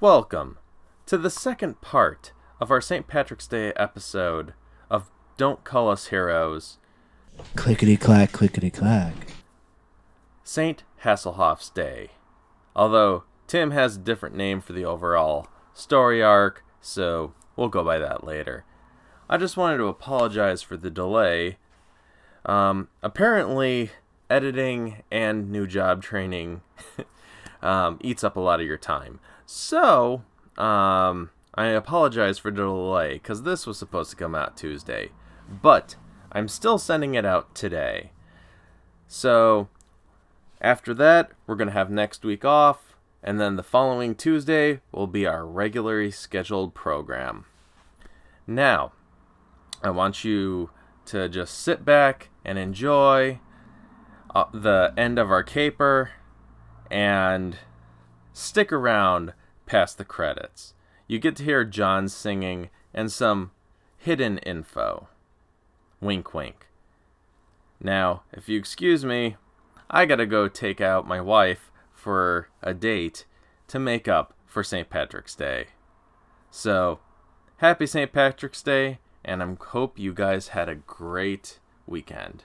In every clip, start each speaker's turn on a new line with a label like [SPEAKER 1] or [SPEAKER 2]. [SPEAKER 1] Welcome to the second part of our St. Patrick's Day episode of Don't Call Us Heroes
[SPEAKER 2] Clickety clack, clickety clack.
[SPEAKER 1] St. Hasselhoff's Day. Although Tim has a different name for the overall story arc, so we'll go by that later. I just wanted to apologize for the delay. Um, apparently, editing and new job training um, eats up a lot of your time. So, um, I apologize for the delay because this was supposed to come out Tuesday, but I'm still sending it out today. So, after that, we're going to have next week off, and then the following Tuesday will be our regularly scheduled program. Now, I want you to just sit back and enjoy uh, the end of our caper and stick around past the credits. You get to hear John singing and some hidden info. Wink, wink. Now, if you excuse me, I gotta go take out my wife for a date to make up for St. Patrick's Day. So, happy St. Patrick's Day, and I hope you guys had a great weekend.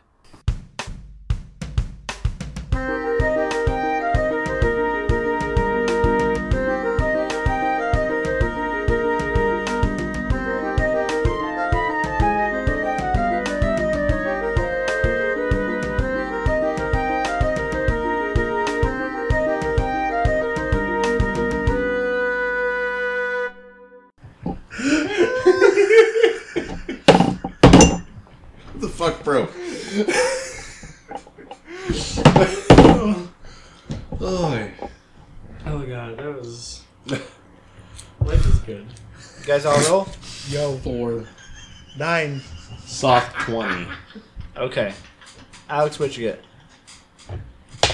[SPEAKER 3] What the fuck broke? oh,
[SPEAKER 4] Oh my god, that was. Life is good.
[SPEAKER 5] You guys all roll?
[SPEAKER 6] Yo,
[SPEAKER 3] four.
[SPEAKER 6] nine.
[SPEAKER 3] Soft 20.
[SPEAKER 5] Okay. Alex, what you get?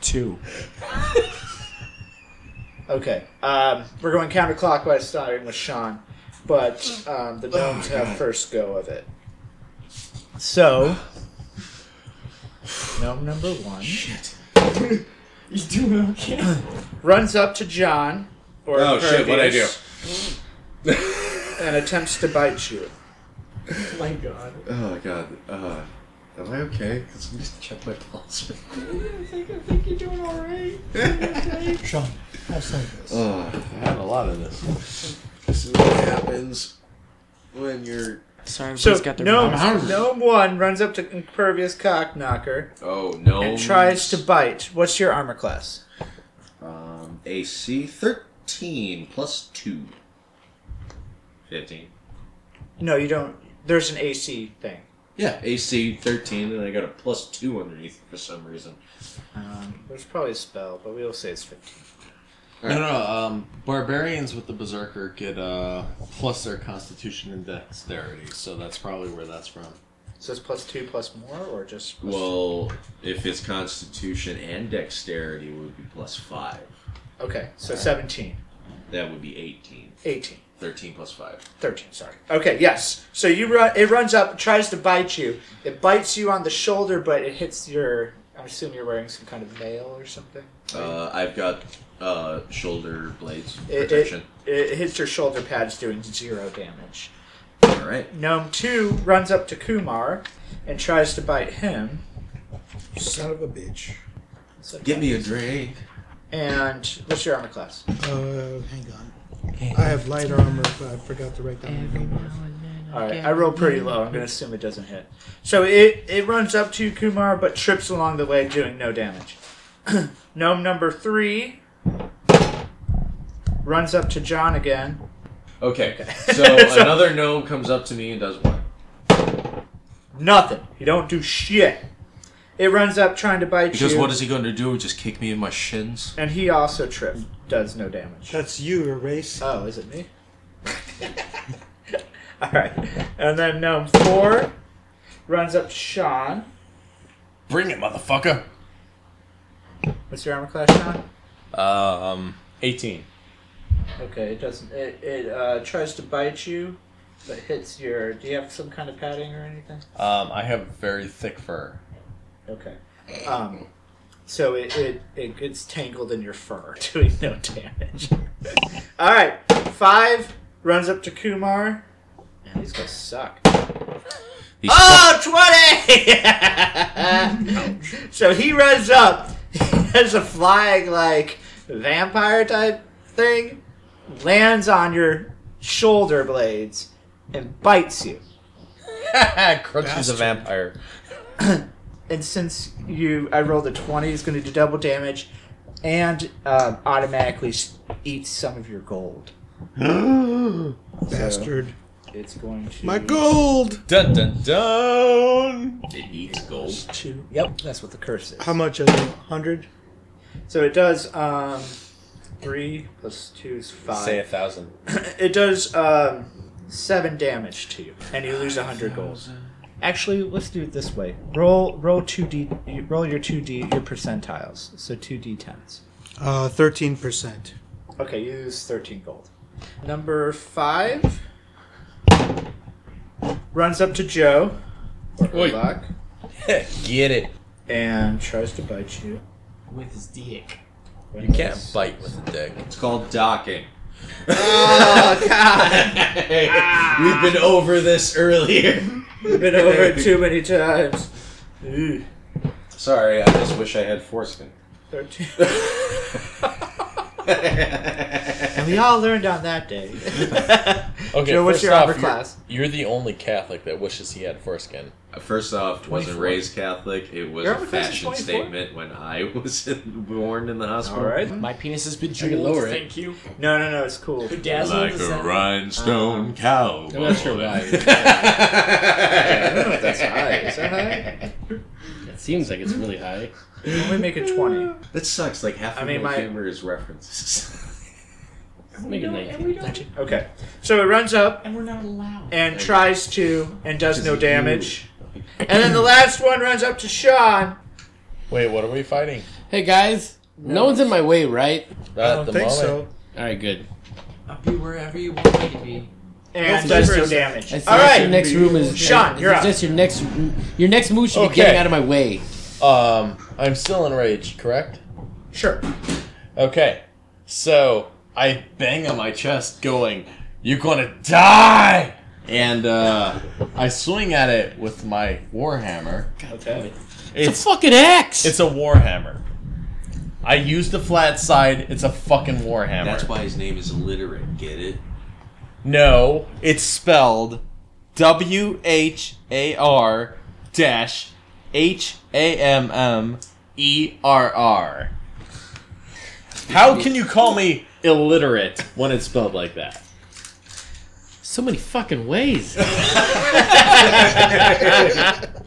[SPEAKER 6] Two.
[SPEAKER 5] Okay. Um, we're going counterclockwise, starting with Sean, but um, the gnomes have first go of it. So, gnome number one
[SPEAKER 3] Shit.
[SPEAKER 4] You doing okay?
[SPEAKER 5] runs up to John, or
[SPEAKER 3] Oh, shit, what'd I
[SPEAKER 5] Pervious, and attempts to bite you.
[SPEAKER 4] oh my god.
[SPEAKER 3] Oh my god. Uh, am I okay? Can somebody check my pulse?
[SPEAKER 4] I think, I think you're doing alright.
[SPEAKER 6] Sean, have some of this.
[SPEAKER 3] oh,
[SPEAKER 7] I have a lot of this.
[SPEAKER 3] this is what happens when you're.
[SPEAKER 7] Sorry,
[SPEAKER 5] So,
[SPEAKER 7] everybody's got their
[SPEAKER 5] gnome,
[SPEAKER 7] mouths-
[SPEAKER 5] gnome one runs up to Impervious Cockknocker
[SPEAKER 3] Oh no.
[SPEAKER 5] and tries to bite. What's your armor class?
[SPEAKER 3] Um, AC 13 plus 2. 15.
[SPEAKER 5] No, you don't. There's an AC thing.
[SPEAKER 3] Yeah, AC 13, and I got a plus 2 underneath for some reason.
[SPEAKER 5] Um, there's probably a spell, but we'll say it's 15.
[SPEAKER 7] No, no, um, barbarians with the berserker get uh plus their constitution and dexterity, so that's probably where that's from.
[SPEAKER 5] So it's plus two plus more, or just plus
[SPEAKER 3] Well, if it's constitution and dexterity, it would be plus 5.
[SPEAKER 5] two? Okay, so 17,
[SPEAKER 3] That would be 18.
[SPEAKER 5] 18,
[SPEAKER 3] 13 plus 5.
[SPEAKER 5] 13, sorry. Okay, yes. So you run. It runs up, tries to bite you. It bites you on the shoulder, but it hits your. I assume you're wearing some kind of mail or something.
[SPEAKER 3] Uh, I've got uh, shoulder blades
[SPEAKER 5] It,
[SPEAKER 3] protection.
[SPEAKER 5] it, it hits your shoulder pads, doing zero damage.
[SPEAKER 3] All right.
[SPEAKER 5] Gnome two runs up to Kumar and tries to bite him.
[SPEAKER 6] Son of a bitch.
[SPEAKER 5] It's like-
[SPEAKER 3] Give me a drink.
[SPEAKER 5] And what's your armor class?
[SPEAKER 6] Uh, hang on. I have light armor, but I forgot to write down the number.
[SPEAKER 5] All right, I roll pretty low. I'm gonna assume it doesn't hit. So it it runs up to Kumar, but trips along the way, doing no damage. Gnome number three runs up to John again.
[SPEAKER 3] Okay. So
[SPEAKER 5] So-
[SPEAKER 3] another gnome comes up to me and does what?
[SPEAKER 5] Nothing. He don't do shit. It runs up trying to bite
[SPEAKER 3] Because
[SPEAKER 5] you,
[SPEAKER 3] what is he going to do? Just kick me in my shins?
[SPEAKER 5] and he also trips, does no damage.
[SPEAKER 6] That's you, Erase.
[SPEAKER 5] Oh, is it me? All right, and then gnome four runs up to Sean.
[SPEAKER 7] Bring it, motherfucker.
[SPEAKER 5] What's your armor class, Sean?
[SPEAKER 7] Um, eighteen.
[SPEAKER 5] Okay, it doesn't. It, it uh, tries to bite you, but hits your. Do you have some kind of padding or anything?
[SPEAKER 7] Um, I have very thick fur.
[SPEAKER 5] Okay. Um, so it, it, it gets tangled in your fur, doing no damage. All right, five runs up to Kumar. Man, these guys suck.
[SPEAKER 8] He
[SPEAKER 5] Oh, 20! so he runs up. He has a flying, like, vampire type thing, lands on your shoulder blades, and bites you.
[SPEAKER 9] Crunch is a
[SPEAKER 6] Bastard.
[SPEAKER 9] vampire.
[SPEAKER 5] And since you, I rolled a 20, it's going to do double damage and um, automatically s- eats some of your gold.
[SPEAKER 6] Bastard.
[SPEAKER 5] It's going to.
[SPEAKER 6] My gold!
[SPEAKER 9] Dun dun dun.
[SPEAKER 3] It eats gold.
[SPEAKER 5] Two. Yep, that's what the curse is.
[SPEAKER 6] How much is it? 100?
[SPEAKER 5] So it does um, three plus two is five.
[SPEAKER 9] Say a thousand.
[SPEAKER 5] It does um, seven damage to you, and you lose hundred gold. Actually, let's do it this way. Roll, roll two d, roll your two d, your percentiles. So two d tens.
[SPEAKER 6] Uh, 13%.
[SPEAKER 5] Okay, you lose thirteen gold. Number five runs up to Joe, or
[SPEAKER 1] Oi.
[SPEAKER 5] Urlach,
[SPEAKER 8] Get it.
[SPEAKER 5] and tries to bite you.
[SPEAKER 10] With his dick.
[SPEAKER 8] You can't bite with a dick.
[SPEAKER 3] It's called docking.
[SPEAKER 5] Oh God!
[SPEAKER 3] We've been over this earlier.
[SPEAKER 5] Been over it too many times.
[SPEAKER 3] Sorry, I just wish I had foreskin.
[SPEAKER 5] Thirteen. And we all learned on that day.
[SPEAKER 1] Okay,
[SPEAKER 5] Joe, what's
[SPEAKER 1] first
[SPEAKER 5] your upper
[SPEAKER 1] off, you're-
[SPEAKER 5] class?
[SPEAKER 1] You're, the only Catholic that wishes he had foreskin.
[SPEAKER 3] Uh, First off, wasn't
[SPEAKER 5] 24.
[SPEAKER 3] raised Catholic. It was
[SPEAKER 5] Your
[SPEAKER 3] a
[SPEAKER 5] upper class is
[SPEAKER 3] fashion
[SPEAKER 5] 24?
[SPEAKER 3] statement when I was born in the hospital.
[SPEAKER 10] My penis has been
[SPEAKER 1] can
[SPEAKER 10] jeweled.
[SPEAKER 1] lower it.
[SPEAKER 10] Thank you.
[SPEAKER 5] Hmm? No, no, no. It's cool.
[SPEAKER 10] Bedazzled is that-
[SPEAKER 3] rhinestone cow.
[SPEAKER 1] Um, I'm not sure why.
[SPEAKER 5] know if that's high. Is that high?
[SPEAKER 7] It seems like it's really high.
[SPEAKER 5] Only make it twenty.
[SPEAKER 3] That sucks. Like half
[SPEAKER 5] I
[SPEAKER 3] of
[SPEAKER 5] mean,
[SPEAKER 3] my
[SPEAKER 5] my-
[SPEAKER 3] humor is references.
[SPEAKER 7] Make it 19.
[SPEAKER 5] Okay. So it runs up
[SPEAKER 10] And we're not allowed.
[SPEAKER 5] and tries to and does no damage. And then the last one runs up to Sean.
[SPEAKER 1] Wait, what are we fighting?
[SPEAKER 7] Hey guys, no, one's in my way, right?
[SPEAKER 1] Not
[SPEAKER 6] I
[SPEAKER 1] at
[SPEAKER 6] don't
[SPEAKER 1] the
[SPEAKER 6] think
[SPEAKER 1] moment.
[SPEAKER 6] so.
[SPEAKER 7] All right, good.
[SPEAKER 10] I'll be wherever you want me to be.
[SPEAKER 5] And
[SPEAKER 6] That's
[SPEAKER 5] does no
[SPEAKER 6] first.
[SPEAKER 5] damage.
[SPEAKER 7] I suggest
[SPEAKER 5] All
[SPEAKER 7] Your
[SPEAKER 5] right.
[SPEAKER 7] next room is
[SPEAKER 5] Sean, you're up.
[SPEAKER 7] Just your next, your next move should
[SPEAKER 1] Okay.
[SPEAKER 7] be getting out of my way.
[SPEAKER 1] Um, I'm still enraged, correct?
[SPEAKER 5] Sure.
[SPEAKER 1] Okay, so I bang on my chest, going, "You're gonna die!" And uh, I swing at it with my warhammer.
[SPEAKER 5] Okay.
[SPEAKER 1] It's
[SPEAKER 7] Fucking axe.
[SPEAKER 1] it's a warhammer. I use the flat side. It's a fucking warhammer.
[SPEAKER 3] That's why his name is illiterate. Get it?
[SPEAKER 1] No, it's spelled W H A R dash H A M M E R R. How can you call me illiterate when it's spelled like that?
[SPEAKER 7] so many fucking ways.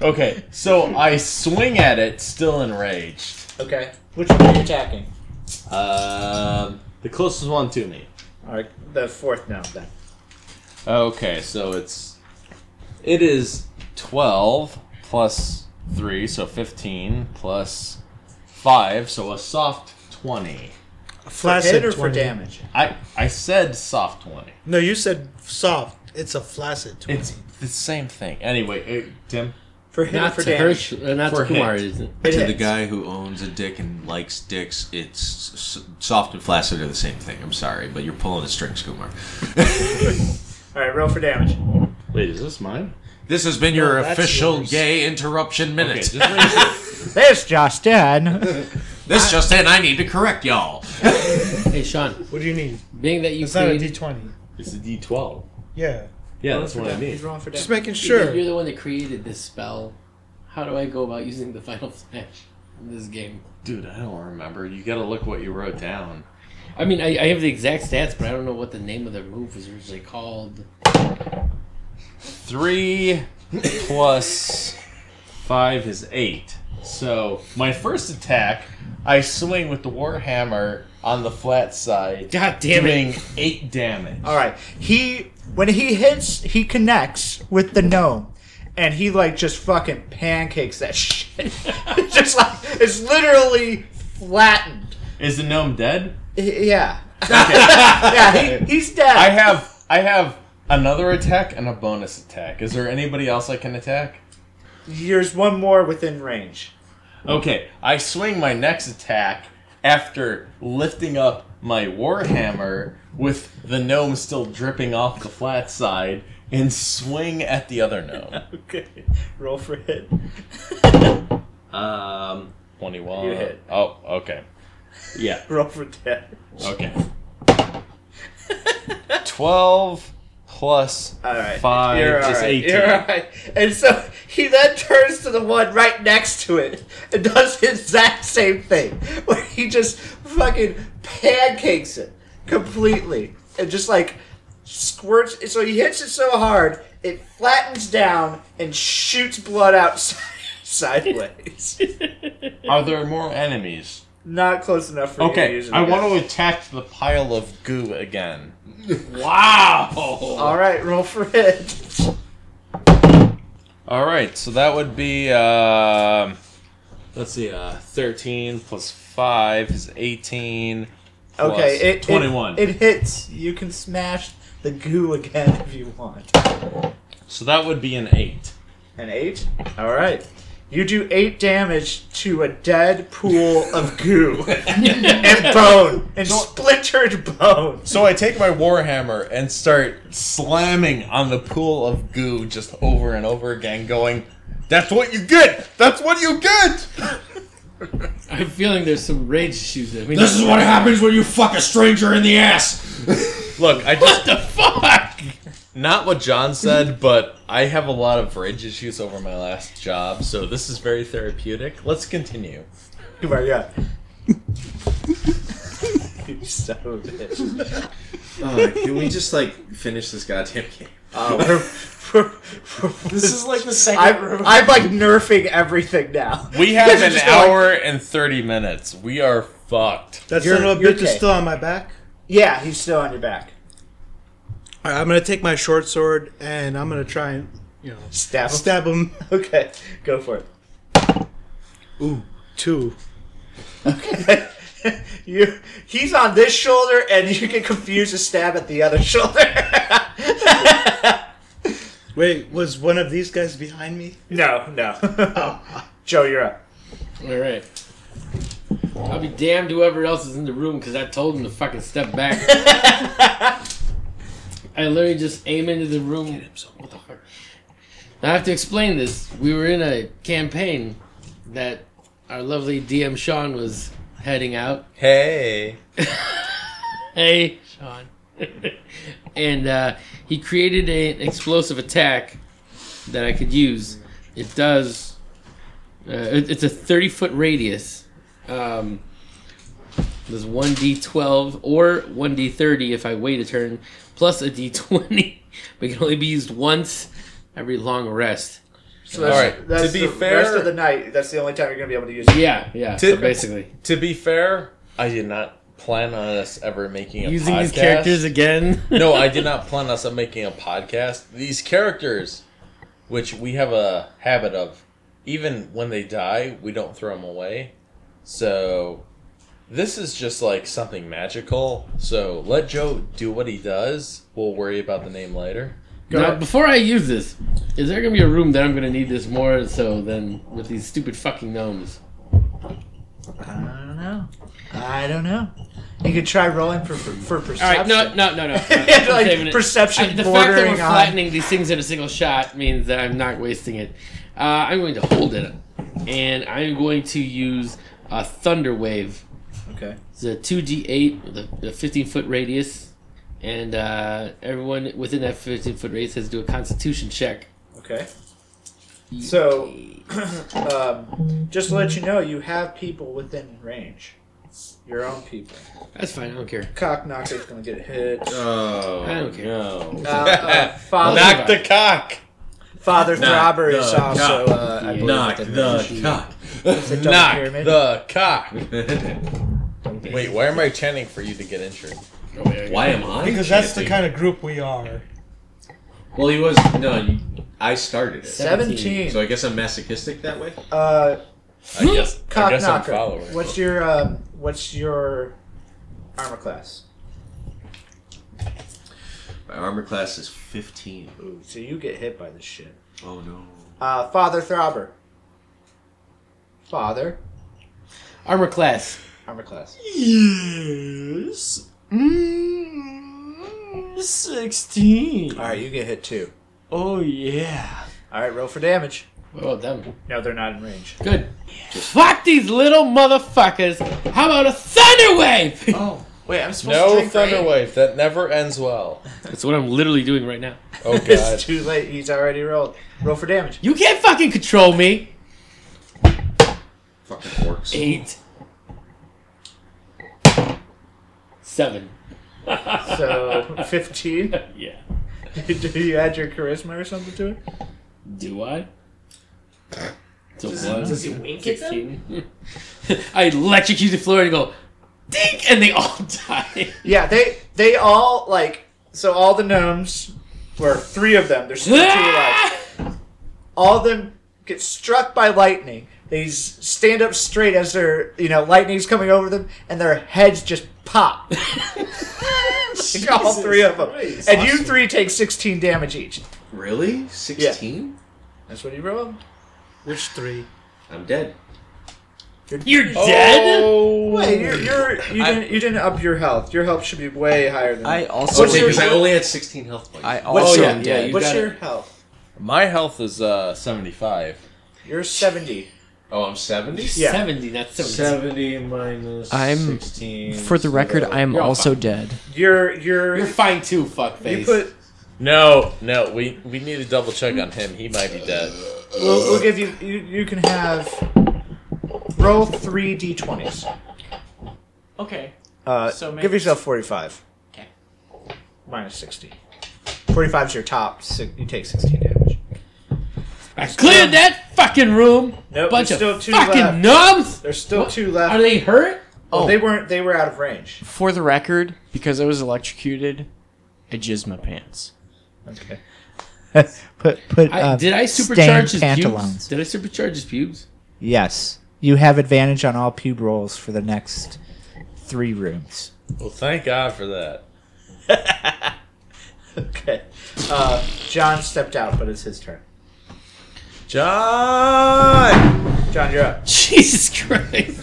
[SPEAKER 1] Okay, so I swing at it, still enraged.
[SPEAKER 5] Okay. Which one are you attacking?
[SPEAKER 1] Um, the closest one to me.
[SPEAKER 5] All right. The fourth now then.
[SPEAKER 1] Okay, so it's it is twelve plus three, so fifteen plus five, so a soft twenty.
[SPEAKER 6] A
[SPEAKER 5] For
[SPEAKER 6] flaccid
[SPEAKER 5] hit or for
[SPEAKER 6] 20.
[SPEAKER 5] damage?
[SPEAKER 1] I I said soft twenty.
[SPEAKER 6] No, you said soft. It's a flaccid 20.
[SPEAKER 1] It's the same thing. Anyway, it, Tim.
[SPEAKER 5] For hit or
[SPEAKER 7] not
[SPEAKER 5] for
[SPEAKER 7] to
[SPEAKER 5] damage?
[SPEAKER 7] Hirsch, uh, not
[SPEAKER 1] For
[SPEAKER 7] to Kumar,
[SPEAKER 1] hit.
[SPEAKER 7] is it?
[SPEAKER 5] It
[SPEAKER 3] to the
[SPEAKER 5] hits.
[SPEAKER 3] guy who owns a dick and likes dicks, it's s- soft and flaccid are the same thing. I'm sorry, but you're pulling a string, Kumar.
[SPEAKER 5] All right. Roll for damage.
[SPEAKER 1] Wait, is this mine?
[SPEAKER 3] This has been your
[SPEAKER 6] Oh, that's
[SPEAKER 3] official
[SPEAKER 6] yours.
[SPEAKER 3] gay interruption minute.
[SPEAKER 1] Okay, just raise it.
[SPEAKER 5] There's Josh Dan.
[SPEAKER 3] this just in, I need to correct y'all.
[SPEAKER 7] Hey Sean,
[SPEAKER 6] What do you need?
[SPEAKER 7] being that you
[SPEAKER 6] It's not a
[SPEAKER 7] played,
[SPEAKER 6] d20.
[SPEAKER 1] It's a D twelve.
[SPEAKER 6] Yeah.
[SPEAKER 1] Yeah, that's what I
[SPEAKER 5] He's
[SPEAKER 1] need.
[SPEAKER 5] rolling for damage.
[SPEAKER 6] Just making
[SPEAKER 7] being that
[SPEAKER 6] sure.
[SPEAKER 7] you're the one that created this spell, how do I go about using the final flash in this game?
[SPEAKER 1] Dude, I don't remember. You gotta look what you wrote down.
[SPEAKER 7] I mean, I, I have the exact stats, but I don't know what the name of their move was originally called.
[SPEAKER 1] Three plus five is eight. So my first attack, I swing with the warhammer on the flat side,
[SPEAKER 7] God damn it!
[SPEAKER 1] doing eight damage.
[SPEAKER 5] All right. He when he hits, he connects with the gnome, and he like just fucking pancakes that shit. just like it's literally flattened.
[SPEAKER 1] Is the gnome dead?
[SPEAKER 5] Y- Yeah. yeah. He, he's dead.
[SPEAKER 1] I have I have another attack and a bonus attack. Is there anybody else I can attack?
[SPEAKER 5] There's one more within range.
[SPEAKER 1] Okay, I swing my next attack after lifting up my warhammer with the gnome still dripping off the flat side and swing at the other gnome.
[SPEAKER 5] Okay. Roll for hit.
[SPEAKER 1] Um, 21.
[SPEAKER 5] You hit.
[SPEAKER 1] Oh, okay. Yeah,
[SPEAKER 5] Roll for death.
[SPEAKER 1] okay. 12 plus
[SPEAKER 5] All right.
[SPEAKER 1] 5
[SPEAKER 5] You're all
[SPEAKER 1] is
[SPEAKER 5] right.
[SPEAKER 1] 18.
[SPEAKER 5] You're all right. And so he then turns to the one right next to it and does the exact same thing, where he just fucking pancakes it completely and just like squirts. So he hits it so hard it flattens down and shoots blood out si- sideways.
[SPEAKER 1] Are there more enemies?
[SPEAKER 5] Not close enough for you to
[SPEAKER 1] Okay,
[SPEAKER 5] use it
[SPEAKER 1] I
[SPEAKER 5] again.
[SPEAKER 1] want to attack the pile of goo again. wow!
[SPEAKER 3] Oh.
[SPEAKER 5] All right, roll for hit.
[SPEAKER 1] All right, so that would be um let's see, uh, thirteen plus five is eighteen. plus
[SPEAKER 5] Okay, it, it-
[SPEAKER 1] twenty-one.
[SPEAKER 5] It, hits. You can smash the goo again if you want.
[SPEAKER 1] so that would be an eight.
[SPEAKER 5] An eight. All right. You do eight damage to a dead pool of goo and bone and splintered bone.
[SPEAKER 1] So I take my warhammer and start slamming on the pool of goo just over and over again, going, "That's what you get. That's what you get."
[SPEAKER 7] I'm feeling there's some rage issues there. I mean,
[SPEAKER 3] This is what happens when you fuck a stranger in the ass.
[SPEAKER 1] Look, I just what the fuck. Not what John said, but I have a lot of rage issues over my last job, so this is very therapeutic. Let's continue.
[SPEAKER 5] Come on, yeah. you son of a bitch.
[SPEAKER 3] Uh, can we just like finish this goddamn game?
[SPEAKER 5] this
[SPEAKER 3] is like the second
[SPEAKER 5] I'm, I'm like nerfing everything now.
[SPEAKER 1] We have an
[SPEAKER 5] Just like-
[SPEAKER 1] hour and 30 minutes. We are fucked.
[SPEAKER 6] That
[SPEAKER 5] You're-
[SPEAKER 6] son of a
[SPEAKER 5] you're
[SPEAKER 6] bitch is
[SPEAKER 5] okay.
[SPEAKER 6] still on my back.
[SPEAKER 5] yeah, he's still on your back.
[SPEAKER 6] All right, I'm gonna take my short sword and I'm gonna try and you know
[SPEAKER 5] Stab him.
[SPEAKER 6] stab him.
[SPEAKER 5] Okay, go for it.
[SPEAKER 6] Ooh, two.
[SPEAKER 5] you he's on this shoulder and you get confused to stab at the other shoulder
[SPEAKER 6] Wait, was one of these guys behind me?
[SPEAKER 5] no no joe you're up
[SPEAKER 7] all right. I'll be damned whoever else is in the room because I told him to fucking step back. I literally just aim into the room. What the fuck? Now I have to explain this. We were in a campaign that our lovely DM Sean was heading out.
[SPEAKER 1] Hey.
[SPEAKER 7] Hey, Sean. and uh, he created a, an explosive attack that I could use. It does. Uh, it- it's a 30 foot radius. Um, there's 1d12 or 1d30 if I wait a turn, plus a d20, but it can only be used once every long rest.
[SPEAKER 5] so that's,
[SPEAKER 1] All right,
[SPEAKER 5] that's
[SPEAKER 1] to be
[SPEAKER 5] the
[SPEAKER 1] fair-
[SPEAKER 5] rest of the night that's the only time you're gonna be able to use it
[SPEAKER 7] Yeah, yeah.
[SPEAKER 1] Tip-
[SPEAKER 7] so basically,
[SPEAKER 1] To be fair, I did not plan on us ever making a
[SPEAKER 7] using
[SPEAKER 1] podcast.
[SPEAKER 7] these characters again.
[SPEAKER 1] no, I did not plan us on making a podcast. These characters, which we have a habit of, even when they die, we don't throw them away. So this is just like something magical. So let Joe do what he does. We'll worry about the name later.
[SPEAKER 7] Now, before I use this, is there gonna be a room that I'm gonna need this more so than with these stupid fucking gnomes?
[SPEAKER 5] i don't know i don't know you could try rolling for for, for
[SPEAKER 7] All right,
[SPEAKER 5] perception
[SPEAKER 7] no, no, no, no. I'm
[SPEAKER 5] Yeah, like,
[SPEAKER 7] saving it.
[SPEAKER 5] perception
[SPEAKER 7] the fact that
[SPEAKER 5] bordering
[SPEAKER 7] we're
[SPEAKER 5] on-
[SPEAKER 7] flattening these things in a single shot means that I'm not wasting it. Uh, I'm going to hold it, and I'm going to use a thunder wave.
[SPEAKER 5] okay
[SPEAKER 7] It's a two D eight with a- a fifteen foot radius, and uh, everyone within that fifteen foot radius has to do a Constitution check.
[SPEAKER 5] okay so um, just to let you know you have people within range your own people
[SPEAKER 7] That's fine. I don't care.
[SPEAKER 5] cock knocker's gonna get hit
[SPEAKER 3] Oh,
[SPEAKER 7] I don't care.
[SPEAKER 3] no.
[SPEAKER 5] uh, uh, father
[SPEAKER 1] Knock the cock.
[SPEAKER 5] father
[SPEAKER 3] Knock
[SPEAKER 5] throbber is
[SPEAKER 3] the
[SPEAKER 5] also
[SPEAKER 3] cock.
[SPEAKER 5] uh, I believe
[SPEAKER 3] Knock
[SPEAKER 5] within
[SPEAKER 3] the
[SPEAKER 5] range.
[SPEAKER 3] cock.
[SPEAKER 5] It's a double
[SPEAKER 1] Knock
[SPEAKER 5] pyramid.
[SPEAKER 1] the Uh, cock.
[SPEAKER 5] Okay.
[SPEAKER 1] Wait, why am I chanting for you to get injured?
[SPEAKER 3] Why am I?
[SPEAKER 6] Because that's the
[SPEAKER 3] chanting?
[SPEAKER 6] kind of group we are.
[SPEAKER 3] Well, he was no. You, I started it,
[SPEAKER 5] Seventeen.
[SPEAKER 3] so I guess I'm masochistic that way.
[SPEAKER 5] Uh,
[SPEAKER 1] I guess, I
[SPEAKER 5] cock
[SPEAKER 1] guess I'm
[SPEAKER 5] knocker.
[SPEAKER 1] following.
[SPEAKER 5] what's your um, what's your armor class?
[SPEAKER 3] My armor class is 15.
[SPEAKER 5] Ooh, so you get hit by this shit.
[SPEAKER 3] Oh no.
[SPEAKER 5] Uh, Father Throbber. Father.
[SPEAKER 7] Armor class.
[SPEAKER 5] Armor class.
[SPEAKER 11] Yes. Mm, 16.
[SPEAKER 5] All right, you get hit too.
[SPEAKER 11] Oh, yeah.
[SPEAKER 5] All right, roll for damage.
[SPEAKER 7] Well done.
[SPEAKER 5] No, they're not in range.
[SPEAKER 7] Good. Fuck these little motherfuckers. How about a thunder wave?
[SPEAKER 11] Oh, wait, I'm supposed to
[SPEAKER 1] No
[SPEAKER 11] drink for eight?
[SPEAKER 1] Thunderwave. That never ends well.
[SPEAKER 7] That's what I'm literally doing right now.
[SPEAKER 1] Oh,
[SPEAKER 5] It's
[SPEAKER 1] God.
[SPEAKER 5] too late. He's already rolled. Roll for damage.
[SPEAKER 7] You can't fucking control me.
[SPEAKER 3] Fucking orcs.
[SPEAKER 7] Eight. Seven.
[SPEAKER 5] So fifteen.
[SPEAKER 7] Yeah.
[SPEAKER 5] Do you add your charisma or something to it?
[SPEAKER 7] Do I? So
[SPEAKER 12] Does he wink at them?
[SPEAKER 7] I electrocute the floor and go, dink, and they all die.
[SPEAKER 5] Yeah, they they all like so all the gnomes or three of them. There's still two left. All of them get struck by lightning. They s- stand up straight as their you know lightning's coming over them, and their heads just pop. all three of them,
[SPEAKER 12] Jesus
[SPEAKER 5] and you three take 16 damage each.
[SPEAKER 3] Really? 16?
[SPEAKER 5] That's what you roll.
[SPEAKER 12] Which three?
[SPEAKER 3] I'm dead.
[SPEAKER 7] You're
[SPEAKER 5] Oh,
[SPEAKER 7] dead?
[SPEAKER 5] Wait, you're, you're you
[SPEAKER 13] I-
[SPEAKER 5] didn't you didn't up your health. Your health should be way higher than.
[SPEAKER 13] I
[SPEAKER 5] that.
[SPEAKER 13] also.
[SPEAKER 3] Okay, because I only had 16 health points.
[SPEAKER 13] I
[SPEAKER 5] What's
[SPEAKER 7] Oh,
[SPEAKER 13] also
[SPEAKER 5] your,
[SPEAKER 13] am
[SPEAKER 5] Oh, yeah,
[SPEAKER 13] dead.
[SPEAKER 5] what's
[SPEAKER 1] gotta-
[SPEAKER 5] your health?
[SPEAKER 1] My health is uh 75.
[SPEAKER 5] You're 70.
[SPEAKER 3] oh, I'm 70?
[SPEAKER 5] Yeah.
[SPEAKER 7] 70, not 70.
[SPEAKER 1] 70 minus
[SPEAKER 13] I'm-
[SPEAKER 1] 16.
[SPEAKER 13] For the record, I am
[SPEAKER 7] You're all
[SPEAKER 13] also dead.
[SPEAKER 5] You're you're
[SPEAKER 7] You're fine too, fuckface.
[SPEAKER 5] you put.
[SPEAKER 1] No, no, we we need to double check on him. He might be dead.
[SPEAKER 5] We'll, we'll give you, you. You can have roll Oh, three d20s.
[SPEAKER 11] Okay.
[SPEAKER 5] Uh,
[SPEAKER 11] So
[SPEAKER 5] give
[SPEAKER 11] maybe-
[SPEAKER 5] yourself 45.
[SPEAKER 11] Okay.
[SPEAKER 5] Minus 60. 45 is your top. si you take 16 damage.
[SPEAKER 7] I cleared that fucking room.
[SPEAKER 5] Nope,
[SPEAKER 7] Bunch
[SPEAKER 5] there's
[SPEAKER 7] of
[SPEAKER 5] still two
[SPEAKER 7] fucking
[SPEAKER 5] left.
[SPEAKER 7] knobs.
[SPEAKER 5] There's still
[SPEAKER 7] What?
[SPEAKER 5] two left.
[SPEAKER 7] Are they hurt?
[SPEAKER 5] Well,
[SPEAKER 13] Oh.
[SPEAKER 5] they weren't. They were out of range.
[SPEAKER 13] For the record, because I was electrocuted, I jizzed my pants.
[SPEAKER 5] Okay.
[SPEAKER 14] Put put.
[SPEAKER 7] I,
[SPEAKER 14] uh,
[SPEAKER 7] did I
[SPEAKER 14] stained
[SPEAKER 7] supercharge his pubes?
[SPEAKER 14] pantalones?
[SPEAKER 7] Did I supercharge his pubes?
[SPEAKER 14] Yes, you have advantage on all pube rolls for the next three rooms.
[SPEAKER 1] Well, thank God for that.
[SPEAKER 5] Okay. Uh, John stepped out, but it's his turn.
[SPEAKER 1] John!
[SPEAKER 5] John, you're up.
[SPEAKER 7] Jesus Christ.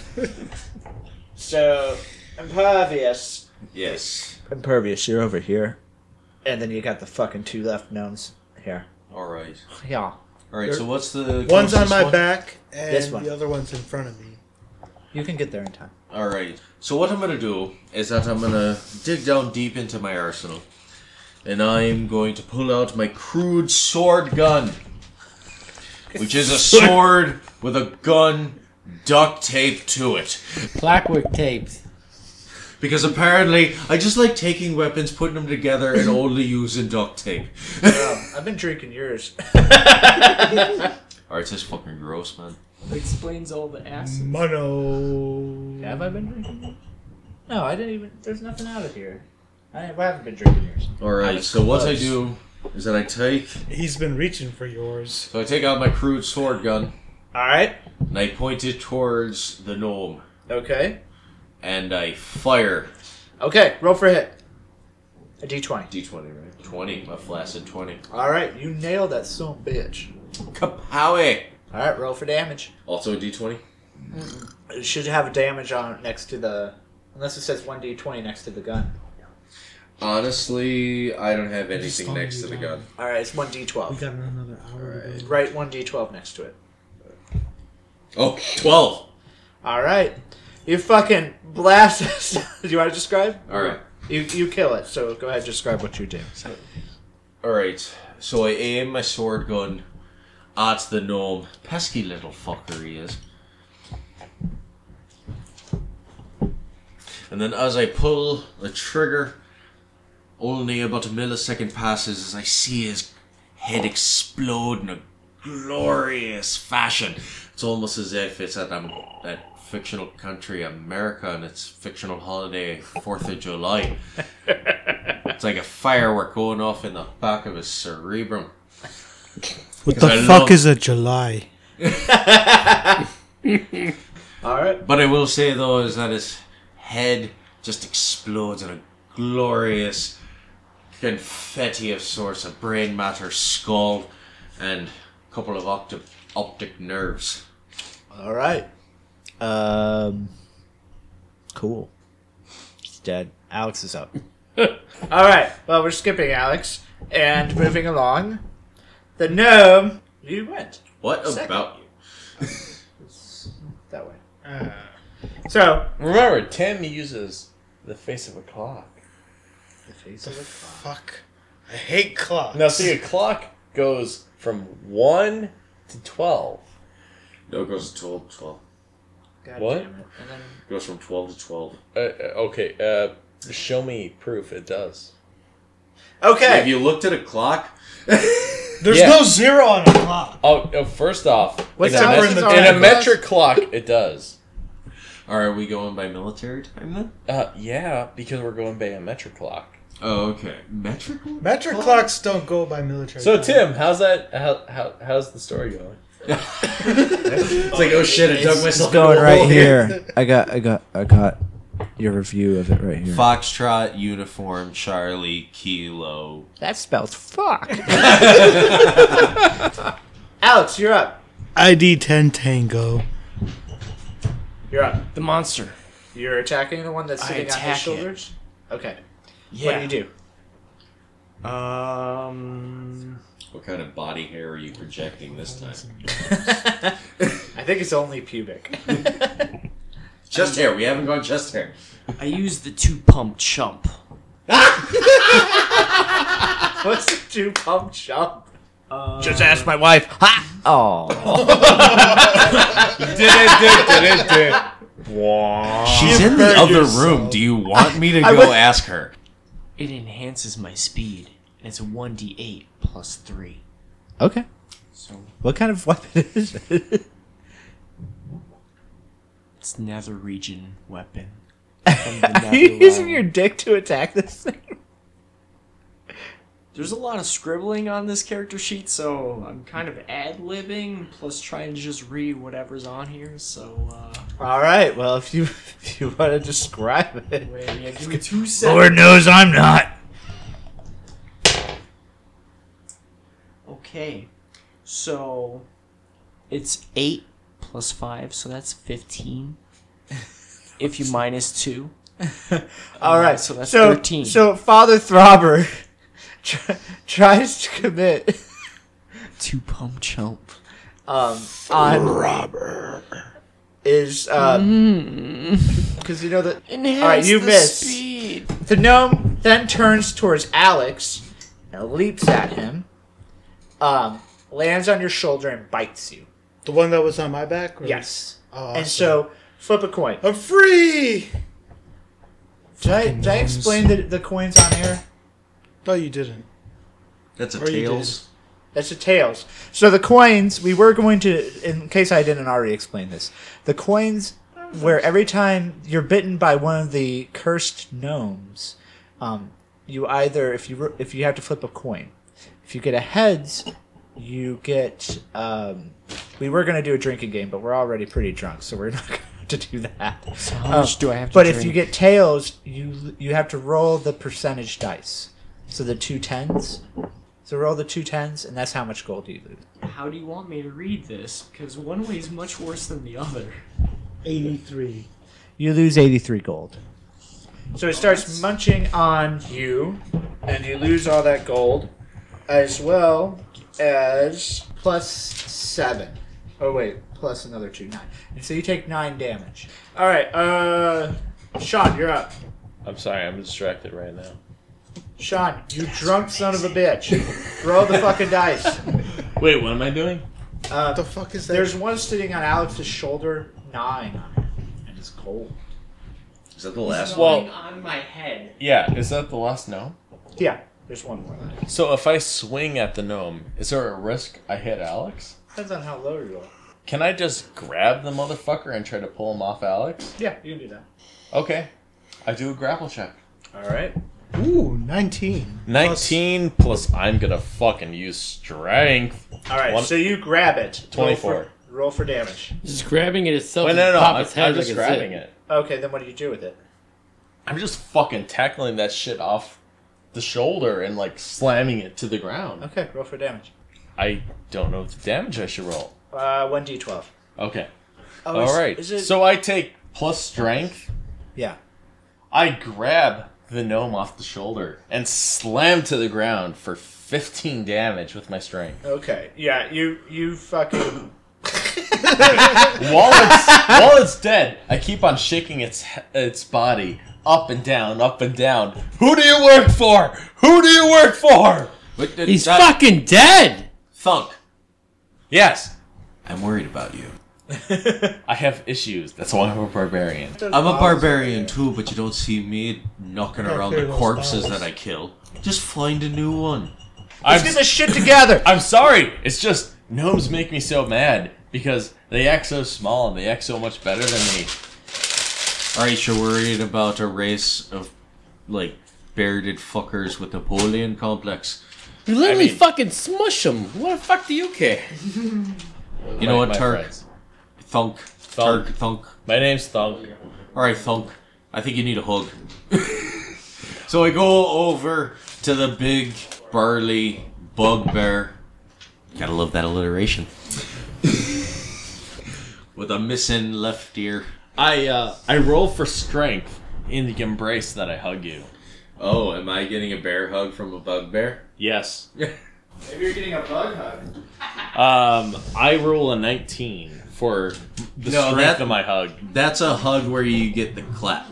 [SPEAKER 5] So impervious.
[SPEAKER 3] Yes.
[SPEAKER 5] Impervious. You're over here, and then you got the fucking two left knowns here.
[SPEAKER 3] Alright.
[SPEAKER 5] Yeah.
[SPEAKER 3] Alright, so what's the.
[SPEAKER 6] One's on
[SPEAKER 3] closest
[SPEAKER 6] my
[SPEAKER 3] one?
[SPEAKER 6] back, and
[SPEAKER 5] This one.
[SPEAKER 6] the other one's in front of me.
[SPEAKER 5] You can get there in time.
[SPEAKER 3] All right. So what I'm gonna do is that I'm gonna dig down deep into my arsenal, and I'm going to pull out my crude sword gun, which is a sword with a gun duct taped to it.
[SPEAKER 7] Clockwork tapes.
[SPEAKER 3] Because apparently, I just like taking weapons, putting them together, and only using duct tape.
[SPEAKER 5] Um, I've been drinking yours.
[SPEAKER 3] All right, this is fucking gross, man.
[SPEAKER 12] Explains all the acid.
[SPEAKER 6] Mono.
[SPEAKER 5] Have I been drinking? yours? No, I didn't even. There's nothing out of here. I, I haven't been drinking yours.
[SPEAKER 3] All right. So what I do is that I take
[SPEAKER 6] He's been reaching for yours.
[SPEAKER 3] so I take out my crude sword gun
[SPEAKER 5] All right.
[SPEAKER 3] and I point it towards the gnome,
[SPEAKER 5] Okay.
[SPEAKER 3] and I fire.
[SPEAKER 5] Okay. Roll for a hit. A d20.
[SPEAKER 3] D20, right? 20, a flaccid 20.
[SPEAKER 5] All right. You nailed that son of a bitch.
[SPEAKER 3] Kapowie!
[SPEAKER 5] All right. Roll for damage.
[SPEAKER 3] Also a D20?
[SPEAKER 5] It should have damage on it next to the. Unless it says 1d20 next to the gun.
[SPEAKER 3] Honestly, I don't have
[SPEAKER 6] just
[SPEAKER 3] anything
[SPEAKER 6] told
[SPEAKER 3] next
[SPEAKER 6] you
[SPEAKER 3] to the
[SPEAKER 6] that.
[SPEAKER 3] gun.
[SPEAKER 5] All right. It's
[SPEAKER 6] We
[SPEAKER 5] 1d12.
[SPEAKER 6] got another hour to go.
[SPEAKER 5] Write 1d12 next to it.
[SPEAKER 3] Oh, 12!
[SPEAKER 5] All right. You fucking blast. do you want to describe?
[SPEAKER 3] Alright.
[SPEAKER 5] You you kill it. So go ahead. and Describe what you do.
[SPEAKER 3] Alright, so I aim my sword gun at the gnome. Pesky little fucker he is. And then as I pull the trigger, only about a millisecond passes as I see his head explode in a glorious fashion. It's almost as if it's at um, that fictional country, America, and it's fictional holiday, 4th of July. It's like a firework going off in the back of his cerebrum.
[SPEAKER 6] What
[SPEAKER 3] the I fuck love- is
[SPEAKER 6] a July?
[SPEAKER 5] All right.
[SPEAKER 3] But I will say though is that his head just explodes in a glorious confetti of sorts of brain matter, skull, and a couple of optic optic nerves.
[SPEAKER 5] All right.
[SPEAKER 15] Um, cool. He's dead. Alex is up.
[SPEAKER 5] All right. Well, we're skipping Alex and moving along. The gnome. You went
[SPEAKER 1] What
[SPEAKER 5] Second.
[SPEAKER 1] about you?
[SPEAKER 5] that way.
[SPEAKER 6] Uh,
[SPEAKER 5] So
[SPEAKER 3] Remember, Tim uses the face of a clock.
[SPEAKER 5] the face of a
[SPEAKER 6] Fuck. I hate clocks.
[SPEAKER 3] Now, see, a clock goes from 1 to 12.
[SPEAKER 1] No, it goes to 12 to 12.
[SPEAKER 5] God
[SPEAKER 3] What?
[SPEAKER 5] damn it. And then
[SPEAKER 1] It goes from 12 to 12.
[SPEAKER 3] Uh, uh, okay, uh, show me proof it does.
[SPEAKER 1] Have
[SPEAKER 5] okay.
[SPEAKER 1] you looked at a clock?
[SPEAKER 6] There's
[SPEAKER 3] Yeah.
[SPEAKER 6] no zero on a clock.
[SPEAKER 3] Oh, uh, first off,
[SPEAKER 5] What's
[SPEAKER 3] in a,
[SPEAKER 5] that
[SPEAKER 3] met-
[SPEAKER 5] person's
[SPEAKER 3] in
[SPEAKER 5] already
[SPEAKER 3] a
[SPEAKER 5] closed?
[SPEAKER 3] metric clock, it does.
[SPEAKER 1] Or are we going by military time then?
[SPEAKER 3] Uh, yeah, because we're going by a metric clock.
[SPEAKER 1] Oh, okay. Metrical?
[SPEAKER 6] Metric clocks don't go by military.
[SPEAKER 3] So,
[SPEAKER 6] time.
[SPEAKER 3] Tim, how's that? How, how, how's the story going?
[SPEAKER 1] it's like, oh shit, I dug myself
[SPEAKER 15] Going
[SPEAKER 1] into a
[SPEAKER 15] right
[SPEAKER 1] hole
[SPEAKER 15] here. I got, I got, I got your review of it right here.
[SPEAKER 1] Foxtrot, uniform, Charlie, Kilo.
[SPEAKER 15] That spells fuck.
[SPEAKER 5] Alex, you're up.
[SPEAKER 6] ID 10 Tango.
[SPEAKER 5] You're up.
[SPEAKER 16] The monster.
[SPEAKER 5] You're attacking the one that's
[SPEAKER 16] I
[SPEAKER 5] sitting on
[SPEAKER 16] attack
[SPEAKER 5] his
[SPEAKER 16] it.
[SPEAKER 5] shoulders. Okay.
[SPEAKER 16] Yeah.
[SPEAKER 5] What do you do?
[SPEAKER 17] Um,
[SPEAKER 1] What kind of body hair are you projecting this time?
[SPEAKER 5] I think it's only pubic.
[SPEAKER 1] Chest hair. We haven't gone chest hair.
[SPEAKER 16] I use the two pump chump.
[SPEAKER 5] What's the two pump jump?
[SPEAKER 16] Just ask my wife. Ha!
[SPEAKER 15] Oh,
[SPEAKER 1] She's in the other room. Do you want me to go ask her?
[SPEAKER 16] It enhances my speed. And it's a 1d8 plus 3.
[SPEAKER 15] okay.
[SPEAKER 16] So
[SPEAKER 15] What kind of weapon is it?
[SPEAKER 16] it's nether region weapon.
[SPEAKER 15] Are you using your dick to attack this thing?
[SPEAKER 16] There's a lot of scribbling on this character sheet, so I'm kind of ad libbing, plus trying to just read whatever's on here. So, uh.
[SPEAKER 15] All right. Well, if you if you want to describe it,
[SPEAKER 16] Wait, yeah, give me two seconds.
[SPEAKER 15] Lord knows I'm not.
[SPEAKER 16] Okay. So. It's 8 plus 5, so that's 15. if you minus 2.
[SPEAKER 15] All right,
[SPEAKER 16] so that's
[SPEAKER 15] so,
[SPEAKER 16] 13.
[SPEAKER 15] So Father Throbber tr- tries to commit
[SPEAKER 16] Two pump chump.
[SPEAKER 15] um, on Robber is because you know that
[SPEAKER 16] Enhance
[SPEAKER 15] Alright, you
[SPEAKER 16] the
[SPEAKER 15] missed.
[SPEAKER 16] speed.
[SPEAKER 5] The gnome then turns towards Alex and leaps at him, um, lands on your shoulder and bites you.
[SPEAKER 6] The one that was on my back?
[SPEAKER 15] Mm.
[SPEAKER 6] or-
[SPEAKER 5] Yes.
[SPEAKER 6] Oh,
[SPEAKER 5] And
[SPEAKER 6] awesome.
[SPEAKER 5] so, flip a coin.
[SPEAKER 6] I'm free!
[SPEAKER 5] Did I, did I
[SPEAKER 6] gnomes.
[SPEAKER 5] explain the, the coins on here?
[SPEAKER 6] No, you didn't.
[SPEAKER 1] That's a
[SPEAKER 6] Or you
[SPEAKER 1] tails.
[SPEAKER 5] That's the tails. So the coins, we were going to, in case I didn't already explain this, the coins where every time you're bitten by one of the cursed gnomes, um, you either if you ro- if you have to flip a coin, if you get a heads, you get. Um, we were going to do a drinking game, but we're already pretty drunk, so we're not going to do that.
[SPEAKER 16] How
[SPEAKER 5] Um,
[SPEAKER 16] much do I have to
[SPEAKER 5] but
[SPEAKER 16] drink?
[SPEAKER 5] if you get tails, you you have to roll the percentage dice. So the two tens. So roll the two tens, and that's how much gold you lose.
[SPEAKER 16] How do you want me to read this? Because one way is much worse than the other.
[SPEAKER 6] 83.
[SPEAKER 15] you lose eighty three gold.
[SPEAKER 5] So it starts munching on you, and you lose all that gold, as well as plus seven. Oh wait, plus another two nine. And so you take nine damage. All right, uh, Sean, you're up.
[SPEAKER 3] I'm sorry, I'm distracted right now.
[SPEAKER 5] Sean, you drunk son of a bitch. Roll the fucking dice.
[SPEAKER 3] Wait, what am I doing?
[SPEAKER 5] Uh,
[SPEAKER 6] What the fuck is that?
[SPEAKER 5] There's one sitting on Alex's shoulder, nine on it, and it's cold.
[SPEAKER 1] Is that the last one?
[SPEAKER 3] Well-
[SPEAKER 16] on my head.
[SPEAKER 3] Yeah, is that the last gnome?
[SPEAKER 5] Yeah, there's one more. Left.
[SPEAKER 3] So if I swing at the gnome, is there a risk I hit Alex?
[SPEAKER 5] Depends on how low you are.
[SPEAKER 3] Can I just grab the motherfucker and try to pull him off Alex?
[SPEAKER 5] Yeah, you can do that.
[SPEAKER 3] Okay. I do a grapple check.
[SPEAKER 5] All right.
[SPEAKER 6] Ooh, 19.
[SPEAKER 3] 19 plus, I'm gonna fucking use strength.
[SPEAKER 5] All right.
[SPEAKER 3] One-
[SPEAKER 5] so you grab it. Roll
[SPEAKER 3] 24.
[SPEAKER 5] for- Roll for damage.
[SPEAKER 7] Just grabbing it itself.
[SPEAKER 3] Wait,
[SPEAKER 7] and
[SPEAKER 3] no, no, no.
[SPEAKER 7] pop
[SPEAKER 3] I'm,
[SPEAKER 7] its head
[SPEAKER 3] I'm just
[SPEAKER 7] like a zip.
[SPEAKER 3] grabbing it.
[SPEAKER 5] Okay, then what do you do with it?
[SPEAKER 3] I'm just fucking tackling that shit off the shoulder and like slamming it to the ground.
[SPEAKER 5] Okay, roll for damage.
[SPEAKER 3] I don't know the damage I should roll.
[SPEAKER 5] Uh, one d12.
[SPEAKER 3] Okay.
[SPEAKER 16] Oh,
[SPEAKER 3] All
[SPEAKER 16] is-
[SPEAKER 3] right.
[SPEAKER 16] is it-
[SPEAKER 3] So I take plus strength.
[SPEAKER 18] Yeah.
[SPEAKER 3] I grab the gnome off the shoulder and slam to the ground for 15 damage with my strength.
[SPEAKER 5] Okay. Yeah, you you fucking
[SPEAKER 3] While it's, while it's dead, I keep on shaking its he- its body up and down, up and down. Who do you work for? Who do you work for?
[SPEAKER 7] He's fucking dead.
[SPEAKER 3] Thunk. Yes. I'm worried about you. I have issues. That's why I'm a barbarian.
[SPEAKER 1] I'm a barbarian too, but you don't see me knocking around the corpses that I kill. Just find a new one.
[SPEAKER 3] I'm,
[SPEAKER 5] get this shit together.
[SPEAKER 3] I'm sorry. It's just gnomes make me so mad because they act so small and they act so much better than me.
[SPEAKER 1] Alright, you're worried about a race of, like, bearded fuckers with Napoleon complex.
[SPEAKER 7] You literally
[SPEAKER 1] I mean-
[SPEAKER 7] fucking smush him. What the fuck do you care?
[SPEAKER 1] You know
[SPEAKER 3] My-
[SPEAKER 1] what,
[SPEAKER 3] my
[SPEAKER 1] Turk?
[SPEAKER 3] friends.
[SPEAKER 1] Thunk.
[SPEAKER 3] Thunk.
[SPEAKER 1] Turk, Thunk.
[SPEAKER 3] My name's Thunk.
[SPEAKER 1] Alright, Thunk. I think you need a hug. so I go over to the big, burly bugbear. Gotta love that alliteration. With a missing left ear.
[SPEAKER 3] I uh, I roll for strength in the embrace that I hug you.
[SPEAKER 1] Oh, am I getting a bear hug from a bugbear?
[SPEAKER 3] Yes.
[SPEAKER 5] Maybe you're getting a bug hug.
[SPEAKER 3] Um, I roll a 19 for the
[SPEAKER 1] No,
[SPEAKER 3] strength
[SPEAKER 1] that-
[SPEAKER 3] of my hug.
[SPEAKER 1] That's a hug where you get the clap.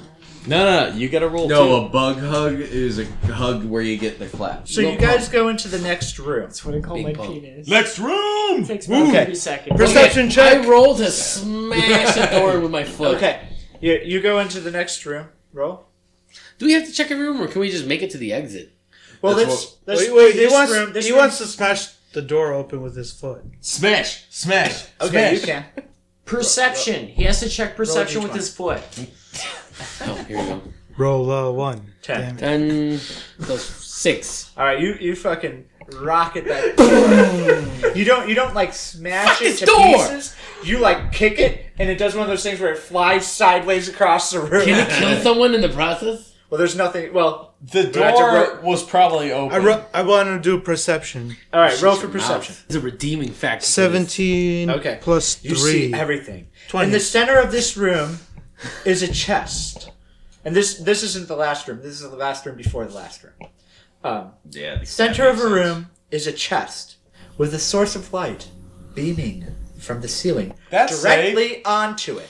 [SPEAKER 3] No, no, no. You got to roll
[SPEAKER 1] No,
[SPEAKER 3] two.
[SPEAKER 1] a bug hug is a hug where you get the clap.
[SPEAKER 5] So you guys go into the next room.
[SPEAKER 16] That's what I call
[SPEAKER 1] Big
[SPEAKER 16] my
[SPEAKER 1] bump.
[SPEAKER 16] penis.
[SPEAKER 3] Next room.
[SPEAKER 16] takes about
[SPEAKER 5] Okay.
[SPEAKER 16] three seconds.
[SPEAKER 5] Perception
[SPEAKER 7] I rolled to smash the door with my foot.
[SPEAKER 5] Okay. You you go into the next room. Roll.
[SPEAKER 7] Do we have to check every room, or can we just make it to the exit?
[SPEAKER 5] Well,
[SPEAKER 1] That's
[SPEAKER 5] let's,
[SPEAKER 1] what-
[SPEAKER 5] let's
[SPEAKER 6] wait, wait,
[SPEAKER 5] do
[SPEAKER 6] he
[SPEAKER 5] this
[SPEAKER 6] wants,
[SPEAKER 5] room. This
[SPEAKER 6] he
[SPEAKER 5] room.
[SPEAKER 6] wants to smash the door open with his foot.
[SPEAKER 3] Smash, smash.
[SPEAKER 5] Okay, you
[SPEAKER 3] smash.
[SPEAKER 5] can.
[SPEAKER 16] Perception. He has to check perception
[SPEAKER 5] Roll
[SPEAKER 16] with
[SPEAKER 5] a
[SPEAKER 16] his foot.
[SPEAKER 7] Oh, here we go.
[SPEAKER 6] Roll uh, one.
[SPEAKER 5] Ten.
[SPEAKER 6] Damn it.
[SPEAKER 7] Ten plus six.
[SPEAKER 5] All right, you you fucking rocket that. door. you don't you don't like smash
[SPEAKER 7] Fuck
[SPEAKER 5] it
[SPEAKER 7] this
[SPEAKER 5] to
[SPEAKER 7] door!
[SPEAKER 5] pieces. You like kick it, and it does one of those things where it flies sideways across the room.
[SPEAKER 7] Can it kill someone in the process?
[SPEAKER 5] well, there's nothing. Well,
[SPEAKER 3] The
[SPEAKER 5] We have to
[SPEAKER 3] door was probably open.
[SPEAKER 6] I, ro- I want to do perception.
[SPEAKER 5] all right, roll for perception.
[SPEAKER 7] It's a redeeming factor. for this.
[SPEAKER 6] 17
[SPEAKER 5] Okay.
[SPEAKER 6] plus
[SPEAKER 5] You
[SPEAKER 6] 3.
[SPEAKER 5] see everything.
[SPEAKER 6] 20.
[SPEAKER 5] In the center of this room is a chest, and this this isn't the last room. This is the last room before the last room. Um,
[SPEAKER 1] Yeah. the
[SPEAKER 5] center of a room is a chest with a source of light beaming from the ceiling
[SPEAKER 3] That's
[SPEAKER 5] directly onto it.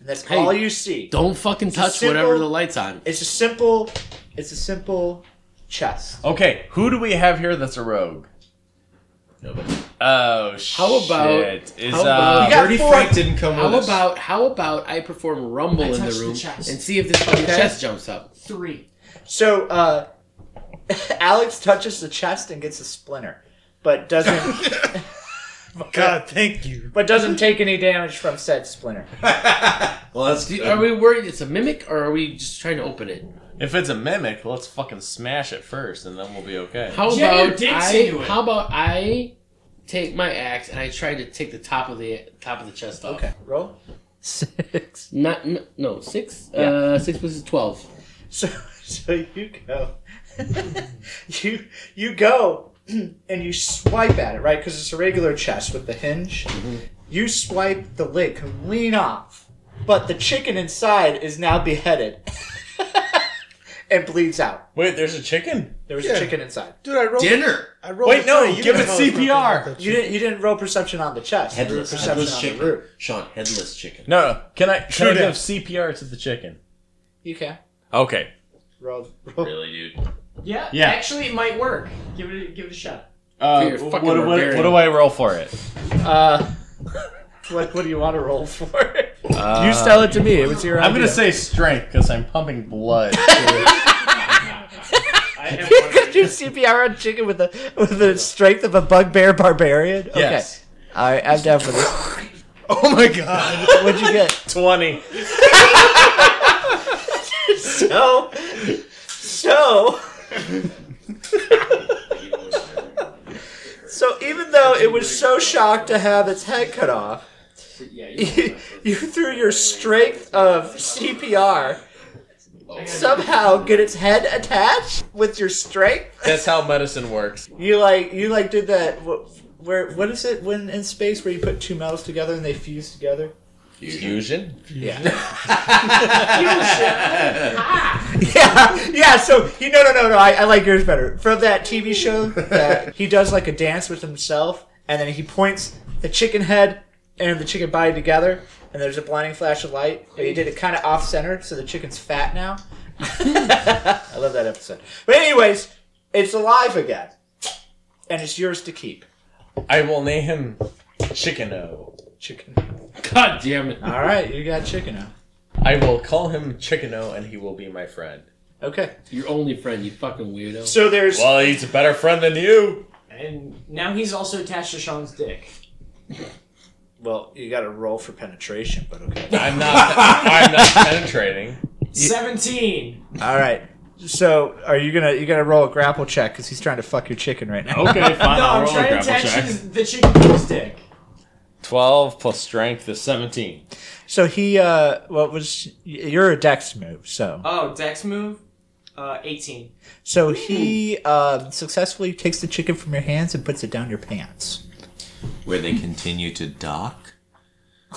[SPEAKER 5] And that's
[SPEAKER 7] Hey,
[SPEAKER 5] all you see.
[SPEAKER 7] Don't fucking touch
[SPEAKER 5] simple-
[SPEAKER 7] whatever the lights on.
[SPEAKER 5] It's a simple. It's a simple chest.
[SPEAKER 3] Okay, who do we have here that's a rogue?
[SPEAKER 1] Nobody.
[SPEAKER 3] Oh shit!
[SPEAKER 7] How about-
[SPEAKER 3] is
[SPEAKER 7] how about-
[SPEAKER 3] uh,
[SPEAKER 5] You got
[SPEAKER 1] Dirty
[SPEAKER 5] four-
[SPEAKER 1] Frank didn't come
[SPEAKER 7] How
[SPEAKER 1] with us.
[SPEAKER 7] about how about I perform rumble
[SPEAKER 16] I
[SPEAKER 7] in the
[SPEAKER 16] touched the
[SPEAKER 7] room
[SPEAKER 16] chest.
[SPEAKER 7] and see if this fucking chest jumps up?
[SPEAKER 16] Three.
[SPEAKER 5] So uh, Alex touches the chest and gets a splinter, but doesn't.
[SPEAKER 6] God, thank you.
[SPEAKER 5] But doesn't take any damage from said splinter.
[SPEAKER 1] Well, that's
[SPEAKER 7] Do- Are we worried it's a mimic, or are we just trying to open it?
[SPEAKER 3] if it's a mimic? Let's fucking smash it first, and then we'll be okay.
[SPEAKER 7] How
[SPEAKER 16] Jam your
[SPEAKER 7] about
[SPEAKER 16] dicks
[SPEAKER 7] I?
[SPEAKER 16] into it.
[SPEAKER 7] How about I take my axe and I try to take the top of the top of the chest off?
[SPEAKER 5] Okay, roll. Six.
[SPEAKER 7] Not n- no six. Uh, six plus twelve.
[SPEAKER 5] So so you go. you you go and you swipe at it right because it's a regular chest with the hinge. You swipe the lid can lean off, but the chicken inside is now beheaded and bleeds out.
[SPEAKER 3] Wait, there's a chicken.
[SPEAKER 5] There was
[SPEAKER 6] Yeah.
[SPEAKER 5] a chicken inside.
[SPEAKER 6] Dude, I rolled.
[SPEAKER 1] dinner.
[SPEAKER 6] I rolled
[SPEAKER 3] Wait,
[SPEAKER 6] a
[SPEAKER 3] no,
[SPEAKER 6] three.
[SPEAKER 3] give
[SPEAKER 6] know
[SPEAKER 3] it
[SPEAKER 6] how it's broken
[SPEAKER 3] CPR.
[SPEAKER 6] up, that
[SPEAKER 5] You
[SPEAKER 6] shit.
[SPEAKER 5] didn't. You didn't roll perception on the chest. You rolled
[SPEAKER 1] Headless,
[SPEAKER 5] perception
[SPEAKER 1] headless
[SPEAKER 5] on
[SPEAKER 1] chicken.
[SPEAKER 5] The root.
[SPEAKER 1] Sean, headless chicken.
[SPEAKER 3] No, no. Can I? Can I
[SPEAKER 6] Shoot it.
[SPEAKER 3] give CPR to the chicken?
[SPEAKER 5] You can
[SPEAKER 3] Okay.
[SPEAKER 5] roll. roll.
[SPEAKER 1] Really, dude.
[SPEAKER 16] Yeah,
[SPEAKER 3] Yeah.
[SPEAKER 16] Actually, it might work. Give it. a- Give it a shot.
[SPEAKER 3] Uh,
[SPEAKER 7] You're a
[SPEAKER 3] what,
[SPEAKER 7] fucking
[SPEAKER 3] what, what
[SPEAKER 7] barbarian.
[SPEAKER 3] do I roll for it?
[SPEAKER 5] Uh, what, what do you want to roll for? you sell it to me. It was your.
[SPEAKER 3] Uh, I'm gonna say strength because I'm pumping blood.
[SPEAKER 16] I have
[SPEAKER 5] You could do CPR on chicken with the with the strength of a bugbear barbarian. Okay.
[SPEAKER 3] Yes.
[SPEAKER 5] All right, I'm down for this.
[SPEAKER 6] Oh my god.
[SPEAKER 5] What'd you get?
[SPEAKER 3] Twenty.
[SPEAKER 5] So, so. So even though it was so shocked to have its head cut off, you, you through your strength of CPR somehow get its head attached with your strength.
[SPEAKER 3] That's how medicine works.
[SPEAKER 5] You like you like did that. wh- Where what is it when in space where you put two metals together and they fuse together?
[SPEAKER 3] Fusion.
[SPEAKER 5] yeah, yeah. So he no, no, no, no. I, I like yours better. From that TV show, that he does like a dance with himself, and then he points the chicken head and the chicken body together, and there's a blinding flash of light. But he did it kind of off center, so the chicken's fat now. I love that episode. But anyways, it's alive again, and it's yours to keep.
[SPEAKER 3] I will name him Chickeno.
[SPEAKER 5] Chicken.
[SPEAKER 7] God damn it.
[SPEAKER 5] All right, you got chicken now.
[SPEAKER 3] I will call him Chickeno, and he will be my friend.
[SPEAKER 5] Okay.
[SPEAKER 7] Your only friend, you fucking weirdo.
[SPEAKER 5] So there's
[SPEAKER 3] Well, he's a better friend than you.
[SPEAKER 16] And now he's also attached to Sean's dick.
[SPEAKER 5] well, you got to roll for penetration, but okay.
[SPEAKER 3] I'm not. I'm not penetrating.
[SPEAKER 16] 17!
[SPEAKER 5] All right. So, are you gonna you gonna roll a grapple check because he's trying to fuck your chicken right now?
[SPEAKER 19] Okay, fine.
[SPEAKER 3] Oh,
[SPEAKER 16] No,
[SPEAKER 19] I'll
[SPEAKER 16] I'm
[SPEAKER 19] roll a
[SPEAKER 16] trying to
[SPEAKER 19] grapple
[SPEAKER 16] attach
[SPEAKER 19] check.
[SPEAKER 16] his, the chicken's dick.
[SPEAKER 3] Twelve plus strength is seventeen.
[SPEAKER 5] So he, uh, what was you're a dex move? So,
[SPEAKER 16] Oh, Dex move? Uh, 18.
[SPEAKER 5] so he uh, successfully takes the chicken from your hands and puts it down your pants.
[SPEAKER 1] Where they continue to dock.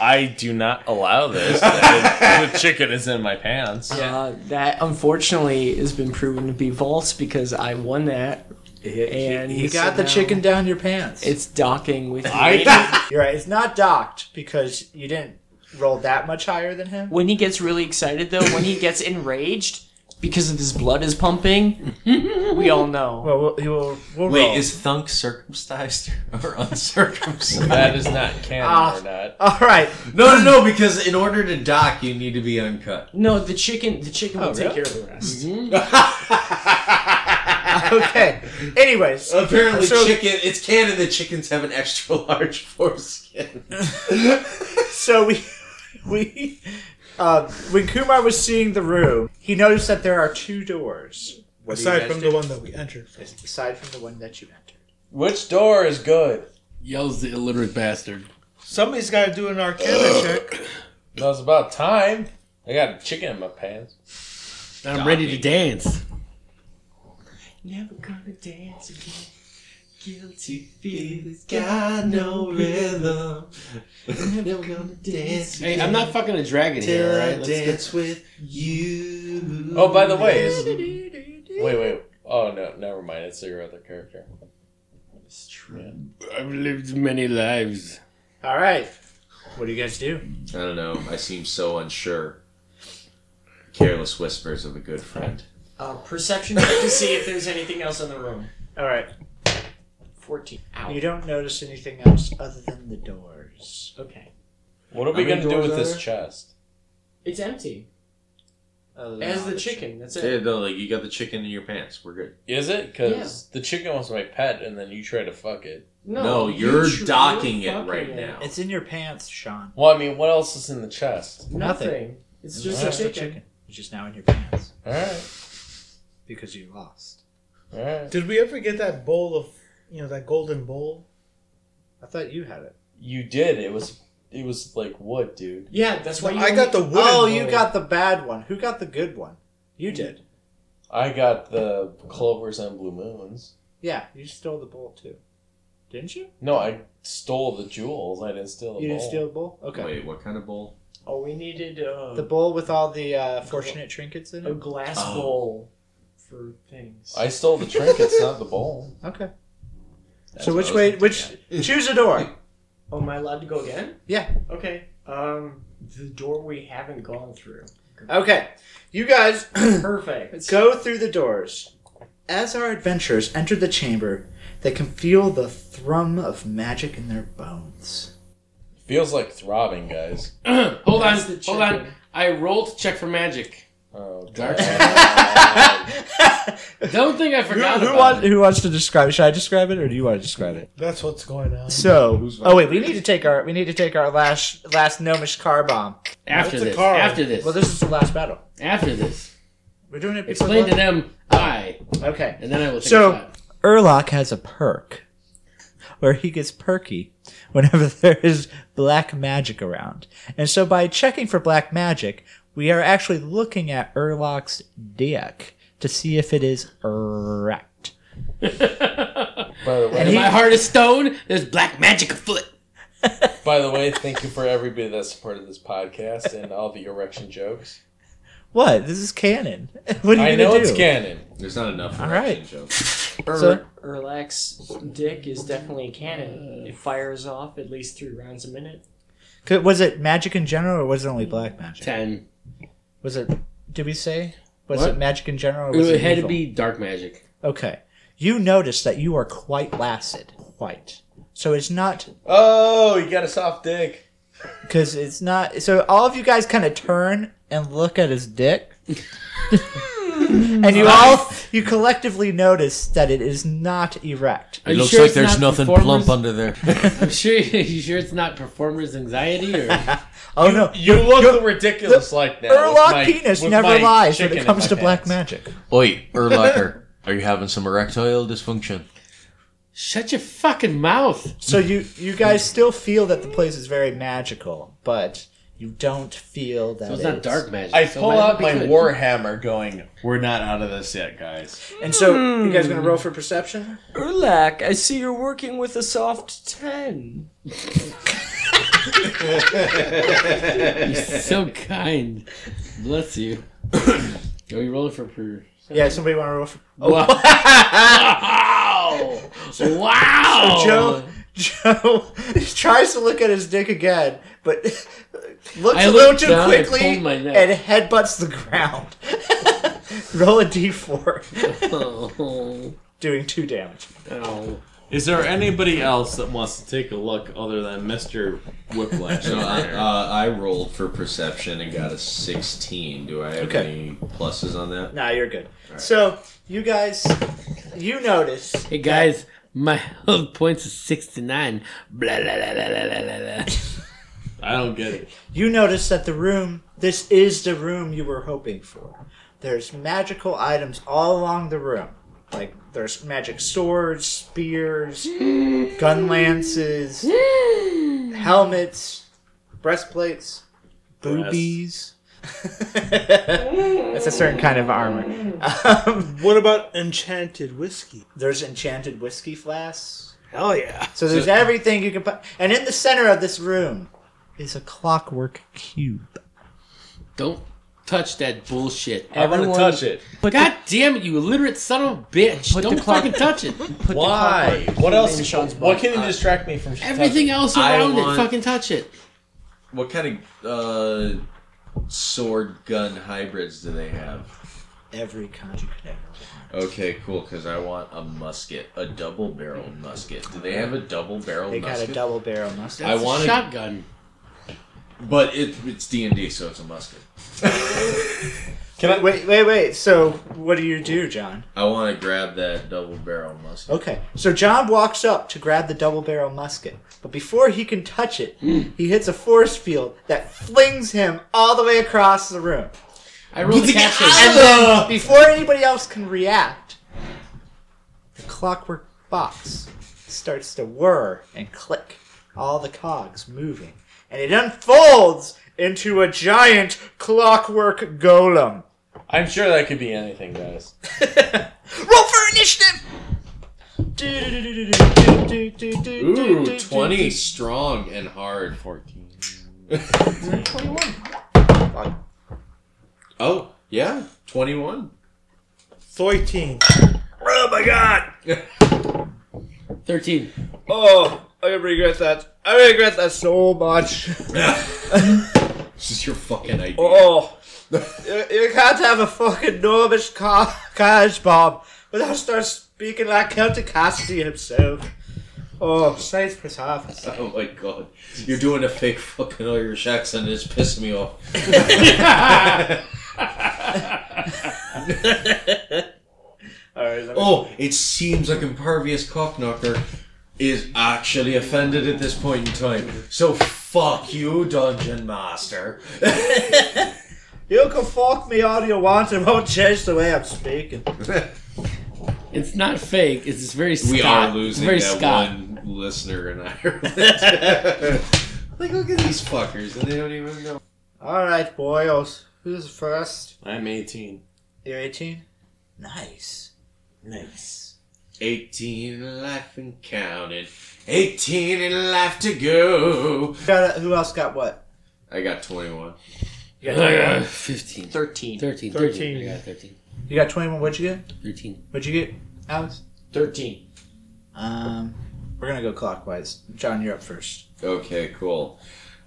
[SPEAKER 3] I do not allow this. the chicken is in my pants.
[SPEAKER 16] Uh, that unfortunately has been proven to be false because I won that. And
[SPEAKER 5] He got
[SPEAKER 16] so
[SPEAKER 5] the
[SPEAKER 16] now
[SPEAKER 5] chicken down your pants.
[SPEAKER 16] It's docking with me.
[SPEAKER 5] you're right. It's not docked because you didn't roll that much higher than him.
[SPEAKER 16] when he gets really excited, though, when he gets enraged because of his blood is pumping, we all know.
[SPEAKER 5] Well, we'll, he will, we'll roll.
[SPEAKER 1] Wait, is Thunk circumcised or uncircumcised?
[SPEAKER 3] That is not canon
[SPEAKER 5] Ah.
[SPEAKER 3] or not.
[SPEAKER 5] All right.
[SPEAKER 1] no, no, no. Because in order to dock, you need to be uncut.
[SPEAKER 16] No, the chicken. The chicken will
[SPEAKER 5] Oh,
[SPEAKER 16] take care of the rest.
[SPEAKER 5] Okay. Anyways,
[SPEAKER 1] Apparently,
[SPEAKER 5] So-
[SPEAKER 1] chicken. It's canon that chickens have an extra large foreskin.
[SPEAKER 5] so we we uh, when Kumar was seeing the room, he noticed that there are two doors
[SPEAKER 6] Aside from the one that we entered.
[SPEAKER 5] aside from the one that you entered.
[SPEAKER 3] Which door is good?
[SPEAKER 7] Yells the illiterate bastard.
[SPEAKER 6] Somebody's got to do an arcana check.
[SPEAKER 3] That was about time. I got a chicken in my pants.
[SPEAKER 7] I'm ready to dance.
[SPEAKER 16] Never gonna dance again. Guilty
[SPEAKER 1] It's got no rhythm. Never gonna dance.
[SPEAKER 7] Hey, I'm not fucking a dragon here, alright? Let's get-
[SPEAKER 1] with you.
[SPEAKER 3] Oh, by the way, is- wait, wait. Oh no, never mind. It's your other character.
[SPEAKER 7] I've lived many lives.
[SPEAKER 5] All right. What do you guys do?
[SPEAKER 1] I don't know. I seem so unsure. Careless whispers of a good friend.
[SPEAKER 16] Uh, perception check to see if there's anything else in the room.
[SPEAKER 5] All right.
[SPEAKER 16] 14.
[SPEAKER 5] You
[SPEAKER 16] Ow.
[SPEAKER 5] don't notice anything else other than the doors.
[SPEAKER 16] Okay.
[SPEAKER 3] What are we
[SPEAKER 1] How many
[SPEAKER 3] gonna do
[SPEAKER 1] doors
[SPEAKER 3] with
[SPEAKER 1] are
[SPEAKER 3] this
[SPEAKER 1] there?
[SPEAKER 3] chest?
[SPEAKER 16] It's empty.
[SPEAKER 5] Allow
[SPEAKER 16] As the chicken. That's
[SPEAKER 1] Yeah,
[SPEAKER 16] it.
[SPEAKER 1] no, like you got the chicken in your pants. We're good.
[SPEAKER 3] Is it? Because the chicken was my pet, and then you try to fuck it.
[SPEAKER 1] No,
[SPEAKER 16] you
[SPEAKER 1] you're
[SPEAKER 16] tr-
[SPEAKER 1] docking
[SPEAKER 16] you're
[SPEAKER 1] it right
[SPEAKER 16] fucking
[SPEAKER 1] now.
[SPEAKER 5] It's in your pants, Sean.
[SPEAKER 3] Well, I mean, what else is in the chest?
[SPEAKER 16] Nothing.
[SPEAKER 5] Nothing.
[SPEAKER 16] It's
[SPEAKER 5] It's
[SPEAKER 16] just
[SPEAKER 5] just
[SPEAKER 16] a
[SPEAKER 5] the
[SPEAKER 16] chicken.
[SPEAKER 5] chicken, which is now in your pants
[SPEAKER 3] All right,
[SPEAKER 5] because you lost.
[SPEAKER 3] all right.
[SPEAKER 6] Did we ever get that bowl of, you know, that golden bowl?
[SPEAKER 5] I thought you had it.
[SPEAKER 3] You did. It was. It was like wood, dude.
[SPEAKER 16] Yeah, that's why you
[SPEAKER 6] I got the wooden
[SPEAKER 5] oh,
[SPEAKER 6] bowl.
[SPEAKER 5] you got the bad one. Who got the good one? You did.
[SPEAKER 3] I got the clovers and blue moons.
[SPEAKER 5] Yeah, you stole the bowl too. Didn't you?
[SPEAKER 3] No, I stole the jewels. I didn't steal the
[SPEAKER 5] you didn't
[SPEAKER 3] bowl.
[SPEAKER 5] steal the bowl? Okay.
[SPEAKER 1] Wait, what kind of bowl?
[SPEAKER 16] Oh, we needed uh,
[SPEAKER 5] The bowl with all the uh, fortunate trinkets in
[SPEAKER 16] a
[SPEAKER 5] it?
[SPEAKER 16] glass
[SPEAKER 1] Oh.
[SPEAKER 16] bowl for things.
[SPEAKER 3] I stole the trinkets, not the bowl.
[SPEAKER 5] Okay.
[SPEAKER 1] That's
[SPEAKER 5] So
[SPEAKER 1] what
[SPEAKER 5] which
[SPEAKER 1] I was
[SPEAKER 5] way,
[SPEAKER 1] thinking.
[SPEAKER 5] which, choose a door.
[SPEAKER 16] oh, am I allowed to go again?
[SPEAKER 5] Yeah.
[SPEAKER 16] Okay. Um, the door we haven't gone through.
[SPEAKER 5] Okay. You guys
[SPEAKER 16] Perfect.
[SPEAKER 5] go through the doors. As our adventurers enter the chamber, they can feel the thrum of magic in their bones.
[SPEAKER 3] Feels like throbbing, guys.
[SPEAKER 7] hold on,
[SPEAKER 16] That's the
[SPEAKER 7] hold on.
[SPEAKER 16] chicken.
[SPEAKER 7] I rolled to check for magic.
[SPEAKER 3] Oh,
[SPEAKER 7] Dark
[SPEAKER 3] God.
[SPEAKER 7] Don't think I
[SPEAKER 5] who,
[SPEAKER 7] forgot about
[SPEAKER 5] wants,
[SPEAKER 7] it.
[SPEAKER 5] who wants to describe it? Should I describe it or do you want to describe it?
[SPEAKER 6] That's what's going on.
[SPEAKER 5] So, oh wait, we need to take our we need to take our last last gnomish car bomb.
[SPEAKER 7] After
[SPEAKER 6] What's a
[SPEAKER 7] this,
[SPEAKER 6] car?
[SPEAKER 7] after this,
[SPEAKER 5] Well, this is the last battle.
[SPEAKER 7] after this.
[SPEAKER 5] We're doing it. before
[SPEAKER 7] Explain to
[SPEAKER 5] the-
[SPEAKER 7] them I,
[SPEAKER 5] Okay.
[SPEAKER 7] and then I will take
[SPEAKER 5] So-
[SPEAKER 7] a shot.
[SPEAKER 5] Erlock has a perk where he gets perky whenever there is black magic around. And so by checking for black magic, we are actually looking at Erlock's deck to see if it is correct.
[SPEAKER 3] By the way,
[SPEAKER 7] And my heart is stone. There's black magic afoot.
[SPEAKER 3] By the way, thank you for everybody that supported this podcast and all the erection jokes.
[SPEAKER 5] What? This is canon. What are you
[SPEAKER 3] I
[SPEAKER 5] gonna
[SPEAKER 3] know
[SPEAKER 5] do?
[SPEAKER 3] it's canon.
[SPEAKER 20] There's not enough.
[SPEAKER 5] All right.
[SPEAKER 16] Ur-
[SPEAKER 5] So-
[SPEAKER 16] Urlax dick is definitely a cannon. It fires off at least three rounds a minute.
[SPEAKER 5] Could- Was it magic in general, or was it only black magic?
[SPEAKER 7] Ten.
[SPEAKER 5] Was it? Did we say? Was
[SPEAKER 7] What?
[SPEAKER 5] it magic in general? Or was
[SPEAKER 7] It had to
[SPEAKER 5] evil?
[SPEAKER 7] be dark magic.
[SPEAKER 5] Okay. You notice that you are quite placid. Quite. So it's not
[SPEAKER 3] Oh, you got a soft dick.
[SPEAKER 5] because it's not. So all of you guys kind of turn and look at his dick, and you all you collectively notice that it is not erect.
[SPEAKER 7] Are you
[SPEAKER 20] looks
[SPEAKER 7] sure
[SPEAKER 20] like
[SPEAKER 7] it's
[SPEAKER 20] there's
[SPEAKER 7] not
[SPEAKER 20] nothing
[SPEAKER 7] performers-
[SPEAKER 20] plump under there.
[SPEAKER 7] I'm sure. You sure it's not performer's anxiety or?
[SPEAKER 5] Oh no!
[SPEAKER 3] You
[SPEAKER 5] Your-
[SPEAKER 3] look
[SPEAKER 5] your
[SPEAKER 3] ridiculous like that. with
[SPEAKER 5] Urlock
[SPEAKER 3] my-
[SPEAKER 5] penis
[SPEAKER 3] with
[SPEAKER 5] never
[SPEAKER 3] my
[SPEAKER 5] lies when
[SPEAKER 3] chicken
[SPEAKER 5] it
[SPEAKER 3] in
[SPEAKER 5] comes
[SPEAKER 3] my
[SPEAKER 5] to black
[SPEAKER 3] pants.
[SPEAKER 5] magic.
[SPEAKER 20] Oi, Erlocker, are you having some erectile dysfunction?
[SPEAKER 7] Shut your fucking mouth.
[SPEAKER 5] So you you guys still feel that the place is very magical, but you don't feel that
[SPEAKER 7] So it's not dark magic.
[SPEAKER 3] I
[SPEAKER 7] so
[SPEAKER 3] pull
[SPEAKER 7] it might
[SPEAKER 3] out
[SPEAKER 7] be
[SPEAKER 3] my
[SPEAKER 7] good.
[SPEAKER 3] war hammer, going, "We're not out of this yet, guys."
[SPEAKER 21] And so, you guys gonna roll for perception?
[SPEAKER 16] Urlac, I see you're working with a soft ten.
[SPEAKER 7] You're so kind. Bless you. Are we rolling for per?
[SPEAKER 5] Yeah, somebody want to roll for Oh.
[SPEAKER 7] Wow! wow!
[SPEAKER 5] Joe. Joe tries to look at his dick again, but looks
[SPEAKER 7] I
[SPEAKER 5] a little
[SPEAKER 7] looked
[SPEAKER 5] too
[SPEAKER 7] down and
[SPEAKER 5] quickly
[SPEAKER 7] pulled my
[SPEAKER 5] and,
[SPEAKER 7] neck.
[SPEAKER 5] headbutts the ground. roll a d4,
[SPEAKER 7] Oh,
[SPEAKER 5] doing two damage.
[SPEAKER 20] Oh.
[SPEAKER 7] ow.
[SPEAKER 1] Is there anybody else that wants to take a look other than Mister Whiplash?
[SPEAKER 20] So
[SPEAKER 1] over
[SPEAKER 20] I,
[SPEAKER 1] there?
[SPEAKER 20] uh, I rolled for perception and got a 16. Do I have
[SPEAKER 5] Okay.
[SPEAKER 20] any pluses on that?
[SPEAKER 5] Nah, you're good. So you guys, you notice.
[SPEAKER 7] Hey guys, my health points is 69. Blah, blah, blah, blah, blah, blah, blah, blah.
[SPEAKER 1] I don't get it.
[SPEAKER 5] you notice that the room this is the room you were hoping for there's magical items all along the room like there's magic swords spears gun lances helmets breastplates boobies that's a certain kind of armor um,
[SPEAKER 6] What about enchanted whiskey?
[SPEAKER 5] there's enchanted whiskey flasks
[SPEAKER 6] Hell yeah.
[SPEAKER 5] so there's everything you can put and in the center of this room is a clockwork cube
[SPEAKER 7] Don't touch that bullshit.
[SPEAKER 3] I want to
[SPEAKER 16] Everyone-
[SPEAKER 3] touch it.
[SPEAKER 16] But
[SPEAKER 7] God damn it, you illiterate son of a bitch.
[SPEAKER 16] Put the
[SPEAKER 7] Don't
[SPEAKER 16] clock-
[SPEAKER 7] fucking touch it.
[SPEAKER 16] put
[SPEAKER 3] Why? What
[SPEAKER 16] in
[SPEAKER 3] else?
[SPEAKER 16] Sean's
[SPEAKER 3] What
[SPEAKER 16] butt.
[SPEAKER 3] can distract me from
[SPEAKER 7] Everything else
[SPEAKER 20] I
[SPEAKER 7] around
[SPEAKER 20] want-
[SPEAKER 7] it, fucking touch it.
[SPEAKER 20] What kind of uh, sword gun hybrids do they have?
[SPEAKER 5] every kind you could ever
[SPEAKER 20] Okay, cool, because I want a musket, a double barrel musket. Do they have a double barrel
[SPEAKER 5] They got
[SPEAKER 20] musket?
[SPEAKER 5] a double barrel mustard.
[SPEAKER 20] I
[SPEAKER 7] That's a
[SPEAKER 20] wanna-
[SPEAKER 7] shotgun.
[SPEAKER 20] but it, it's D&D, so it's a musket.
[SPEAKER 5] Can I wait? Wait, wait. So, what do you do, John?
[SPEAKER 20] I want to grab that double barrel musket.
[SPEAKER 5] Okay. So John walks up to grab the double barrel musket, but before he can touch it, he hits a force field that flings him all the way across the room.
[SPEAKER 7] I rolled the cash in.
[SPEAKER 5] And then, before anybody else can react, the clockwork box starts to whir and click, all the cogs moving, and it unfolds into a giant clockwork golem.
[SPEAKER 3] I'm sure that could be anything, guys.
[SPEAKER 5] Roll for initiative.
[SPEAKER 20] Ooh, 20 strong and hard. 14. Oh, yeah, 21.
[SPEAKER 6] 14.
[SPEAKER 7] 13.
[SPEAKER 21] Oh, I regret that. I regret that so much.
[SPEAKER 20] This is your fucking idea.
[SPEAKER 21] Oh, you, you can't have a fucking gnomish car- carriage bomb without start speaking like Celtic Cassidy himself. Oh, saints preserve
[SPEAKER 20] Oh my god. You're doing a fake fucking Irish accent and it's pissing me off. oh, it seems like impervious cockknocker is actually offended at this point in time. So fuck you, Dungeon Master.
[SPEAKER 21] You can fuck me all you want, it won't change the way I'm speaking.
[SPEAKER 7] It's not fake. It's just very Scott.
[SPEAKER 20] we are
[SPEAKER 7] it's
[SPEAKER 20] losing
[SPEAKER 7] very
[SPEAKER 20] that
[SPEAKER 7] Scott.
[SPEAKER 20] one listener in Ireland. like, look at these fuckers and they don't even know.
[SPEAKER 21] All right, boys. Who's first?
[SPEAKER 1] I'm 18.
[SPEAKER 21] You're 18. Nice. Nice.
[SPEAKER 20] 18 in life and counting. 18 in life to go.
[SPEAKER 5] Got a, who else got what?
[SPEAKER 20] I got 21.
[SPEAKER 5] You got,
[SPEAKER 7] 15.
[SPEAKER 16] 13.
[SPEAKER 7] 13.
[SPEAKER 6] 13.
[SPEAKER 7] I got 13.
[SPEAKER 5] you got 21. What'd you get?
[SPEAKER 7] 13.
[SPEAKER 5] What'd you get, Alex?
[SPEAKER 16] 13.
[SPEAKER 5] Um, we're gonna go clockwise. John, you're up first.
[SPEAKER 20] Okay, cool.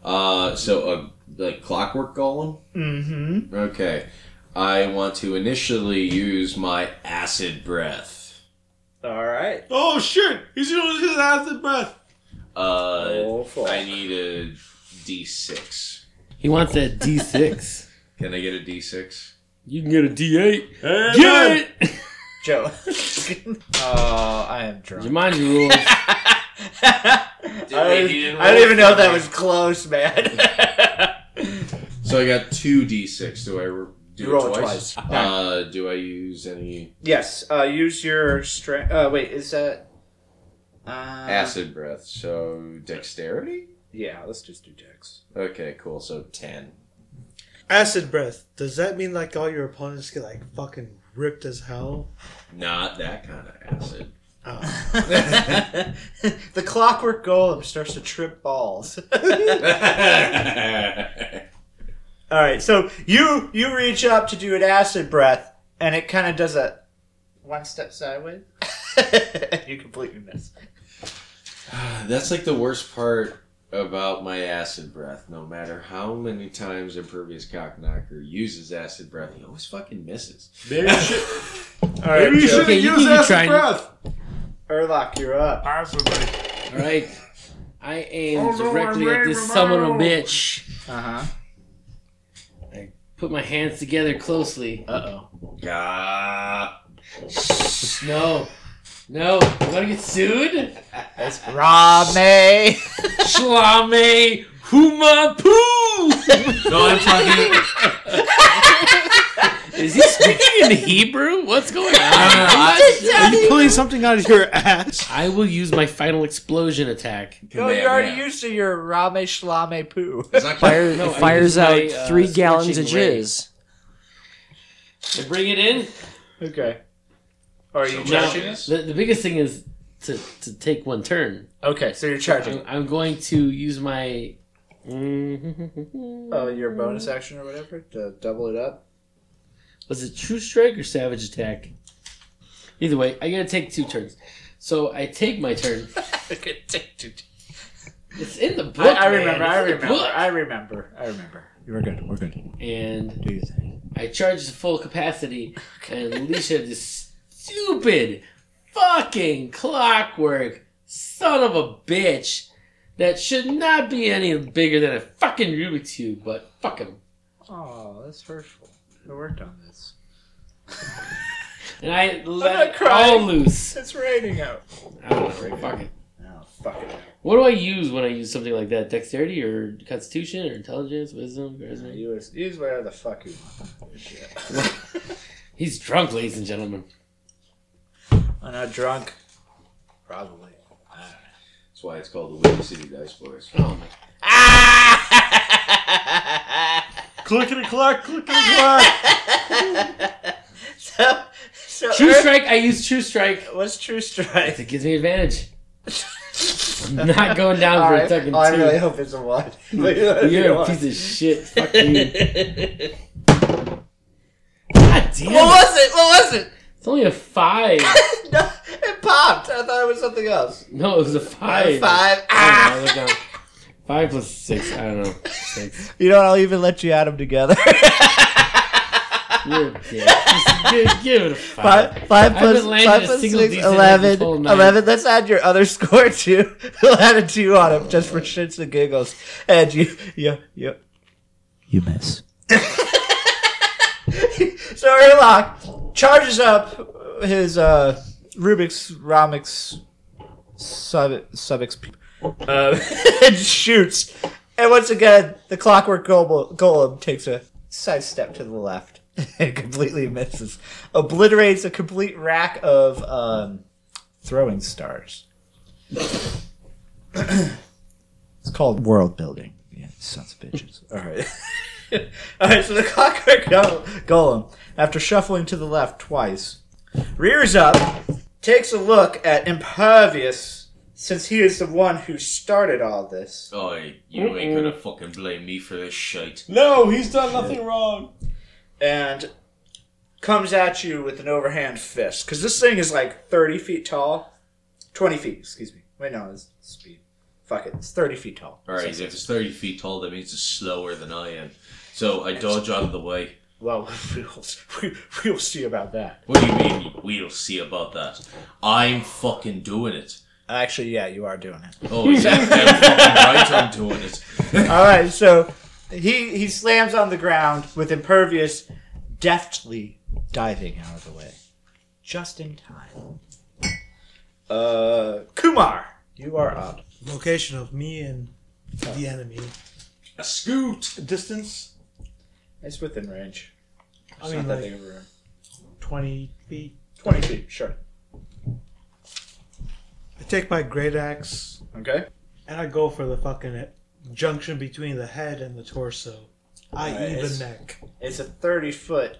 [SPEAKER 20] Uh, so, uh, like clockwork golem?
[SPEAKER 5] Mm-hmm.
[SPEAKER 20] Okay. I want to initially use my acid breath.
[SPEAKER 5] All right.
[SPEAKER 20] Oh shit! He's using his acid breath! Uh,
[SPEAKER 5] Oh, fuck.
[SPEAKER 20] I need a d6.
[SPEAKER 7] He wants that D6.
[SPEAKER 20] Can I get a d6?
[SPEAKER 7] you can get a D8.
[SPEAKER 20] Hey,
[SPEAKER 7] Get it!
[SPEAKER 5] Joe. oh, I am drunk.
[SPEAKER 7] Jumanji rules.
[SPEAKER 5] I,
[SPEAKER 20] Wait,
[SPEAKER 5] was-
[SPEAKER 20] he didn't
[SPEAKER 5] I
[SPEAKER 20] roll?
[SPEAKER 5] didn't even know if that was close, man.
[SPEAKER 20] So I got two d6. Do I re- do
[SPEAKER 5] You
[SPEAKER 20] it
[SPEAKER 5] roll it
[SPEAKER 20] twice? Uh, do I use any
[SPEAKER 5] yes. Uh, use your strength. Uh, wait, is that? Uh,
[SPEAKER 20] acid breath? So dexterity.
[SPEAKER 5] Yeah, let's just do Dex.
[SPEAKER 20] Okay, cool. So ten.
[SPEAKER 6] Acid breath. Does that mean like all your opponents get like fucking ripped as hell?
[SPEAKER 20] Not that kind of acid.
[SPEAKER 6] Oh.
[SPEAKER 5] the clockwork golem starts to trip balls. All right, so you you reach up to do an acid breath, and it kind of does a one step sideways. you completely miss.
[SPEAKER 20] That's like the worst part about my acid breath. No matter how many times Impervious Cockknocker uses acid breath, he always fucking misses.
[SPEAKER 4] Maybe you should,
[SPEAKER 5] All right,
[SPEAKER 4] maybe you
[SPEAKER 5] Joe.
[SPEAKER 4] should
[SPEAKER 7] Okay, you
[SPEAKER 4] use
[SPEAKER 7] keep
[SPEAKER 4] acid
[SPEAKER 7] trying.
[SPEAKER 4] breath.
[SPEAKER 5] Erlock, you're up.
[SPEAKER 7] All right. I aim
[SPEAKER 4] Oh, no,
[SPEAKER 7] directly
[SPEAKER 4] I'm
[SPEAKER 7] at
[SPEAKER 4] Ray
[SPEAKER 7] this son of a
[SPEAKER 4] Romano.
[SPEAKER 7] bitch.
[SPEAKER 5] Uh huh.
[SPEAKER 7] Put my hands together closely.
[SPEAKER 5] Uh oh.
[SPEAKER 20] Ah,
[SPEAKER 7] No. No. I'm gonna get sued?
[SPEAKER 5] That's Rame.
[SPEAKER 7] Shlame Huma Poo!
[SPEAKER 20] no, I'm talking.
[SPEAKER 7] Is he speaking in Hebrew? What's going on?
[SPEAKER 6] Are you pulling something out of your ass?
[SPEAKER 7] I will use my final explosion attack.
[SPEAKER 5] No, you already used to your Rame Shlame Poo.
[SPEAKER 20] It's not quite-
[SPEAKER 16] Fire,
[SPEAKER 7] No, I
[SPEAKER 16] fires
[SPEAKER 7] used
[SPEAKER 16] out
[SPEAKER 7] my, uh,
[SPEAKER 16] three gallons of
[SPEAKER 7] scorching ray.
[SPEAKER 16] jizz.
[SPEAKER 7] To bring it in?
[SPEAKER 5] Okay. Are you
[SPEAKER 7] No.
[SPEAKER 5] charging us?
[SPEAKER 7] The, the biggest thing is to, to take one turn.
[SPEAKER 5] Okay, so you're charging.
[SPEAKER 7] I'm, I'm going to use my. mm-hmm.
[SPEAKER 5] Oh, your bonus action or whatever to double it up.
[SPEAKER 7] Was it True Strike or Savage Attack? Either way, I gotta take two turns. So I take my turn. It's in the book.
[SPEAKER 5] I, I
[SPEAKER 7] man.
[SPEAKER 5] remember.
[SPEAKER 7] It's
[SPEAKER 5] I
[SPEAKER 7] in the
[SPEAKER 5] remember.
[SPEAKER 7] book.
[SPEAKER 5] I remember. I remember. We're good. We're good.
[SPEAKER 7] And
[SPEAKER 5] Do your thing.
[SPEAKER 7] I charge to full capacity and unleash this stupid fucking clockwork son of a bitch that should not be any bigger than a fucking Rubik's Cube, but fuck him.
[SPEAKER 5] Oh, that's hurtful. I worked on this.
[SPEAKER 7] And I
[SPEAKER 5] not
[SPEAKER 7] let it all
[SPEAKER 5] crying.
[SPEAKER 7] loose.
[SPEAKER 5] It's raining out.
[SPEAKER 7] I don't know. Fuck it.
[SPEAKER 5] Oh, fuck it.
[SPEAKER 7] What do I use when I use something like that? Dexterity or constitution or intelligence, wisdom, charisma?
[SPEAKER 5] You was- use whatever the fuck you want. Shit.
[SPEAKER 7] He's drunk, ladies and gentlemen.
[SPEAKER 5] I'm not drunk. Probably.
[SPEAKER 20] That's why it's called the Windy City Dice Boys.
[SPEAKER 7] Oh my.
[SPEAKER 4] Clickety clack, clickety clack.
[SPEAKER 5] so, so
[SPEAKER 7] True
[SPEAKER 5] Earth-
[SPEAKER 7] strike. I use true strike.
[SPEAKER 5] what's true strike?
[SPEAKER 7] It gives me advantage. I'm not going down for a fucking
[SPEAKER 5] Oh, I
[SPEAKER 7] two.
[SPEAKER 5] really hope it's a one.
[SPEAKER 7] You're a
[SPEAKER 5] You're
[SPEAKER 7] piece of shit. Fuck you. God damn
[SPEAKER 5] What
[SPEAKER 7] it.
[SPEAKER 5] was it? What was it?
[SPEAKER 7] It's only a five.
[SPEAKER 5] no, it popped. I thought it was something else.
[SPEAKER 7] No, it was a five.
[SPEAKER 5] Five.
[SPEAKER 7] I
[SPEAKER 5] Ah!
[SPEAKER 7] don't know, I looked down. Five plus six. I don't know. Six.
[SPEAKER 5] You know, what, I'll even let you add them together.
[SPEAKER 7] You're a dick. Just give, give it a five.
[SPEAKER 5] Five, five
[SPEAKER 7] I
[SPEAKER 5] plus,
[SPEAKER 7] haven't landed
[SPEAKER 5] five
[SPEAKER 7] a
[SPEAKER 5] plus
[SPEAKER 7] single
[SPEAKER 5] six,
[SPEAKER 7] decent
[SPEAKER 5] 11,
[SPEAKER 7] roll tonight.
[SPEAKER 5] 11. Let's add your other score too. we'll add a two on him just for shits and giggles. And you, you, you, you miss. so Erlock charges up his uh, Rubik's Romix sub subix p- uh, and shoots. And once again, the clockwork golem, golem takes a sidestep to the left and completely misses, obliterates a complete rack of um, throwing stars. it's called world building. Yeah, sons of bitches. All right. All right, so the clockwork go- golem, after shuffling to the left twice, rears up takes a look at Impervious, since he is the one who started all this.
[SPEAKER 20] Oh, you ain't gonna fucking blame me for this shit.
[SPEAKER 3] No, he's done nothing wrong.
[SPEAKER 5] and comes at you with an overhand fist because this thing is like 30 feet tall 20 feet excuse me wait no it's speed fuck it it's 30 feet tall
[SPEAKER 20] Alright, if it's 30 feet tall, that means it's slower than I am. So I dodge out of the way.
[SPEAKER 5] well we'll, we, we'll see about that
[SPEAKER 20] What do you mean we'll see about that? I'm fucking doing it.
[SPEAKER 5] actually yeah you are doing it
[SPEAKER 20] Oh, yeah, I'm fucking right, I'm doing it. Uh,
[SPEAKER 5] all right so he he slams on the ground with impervious deftly diving out of the way just in time uh kumar you are up
[SPEAKER 6] Location of me and the enemy.
[SPEAKER 20] A scoot!
[SPEAKER 6] Distance?
[SPEAKER 5] it's within range
[SPEAKER 6] I
[SPEAKER 5] It's
[SPEAKER 6] mean,
[SPEAKER 5] not that big
[SPEAKER 6] like
[SPEAKER 5] of a room.
[SPEAKER 6] 20 feet.
[SPEAKER 5] 20 feet, sure.
[SPEAKER 6] I take my great axe
[SPEAKER 5] Okay.
[SPEAKER 6] and I go for the fucking junction between the head and the torso, i.e.,
[SPEAKER 5] Nice.
[SPEAKER 6] the neck.
[SPEAKER 5] It's a 30 foot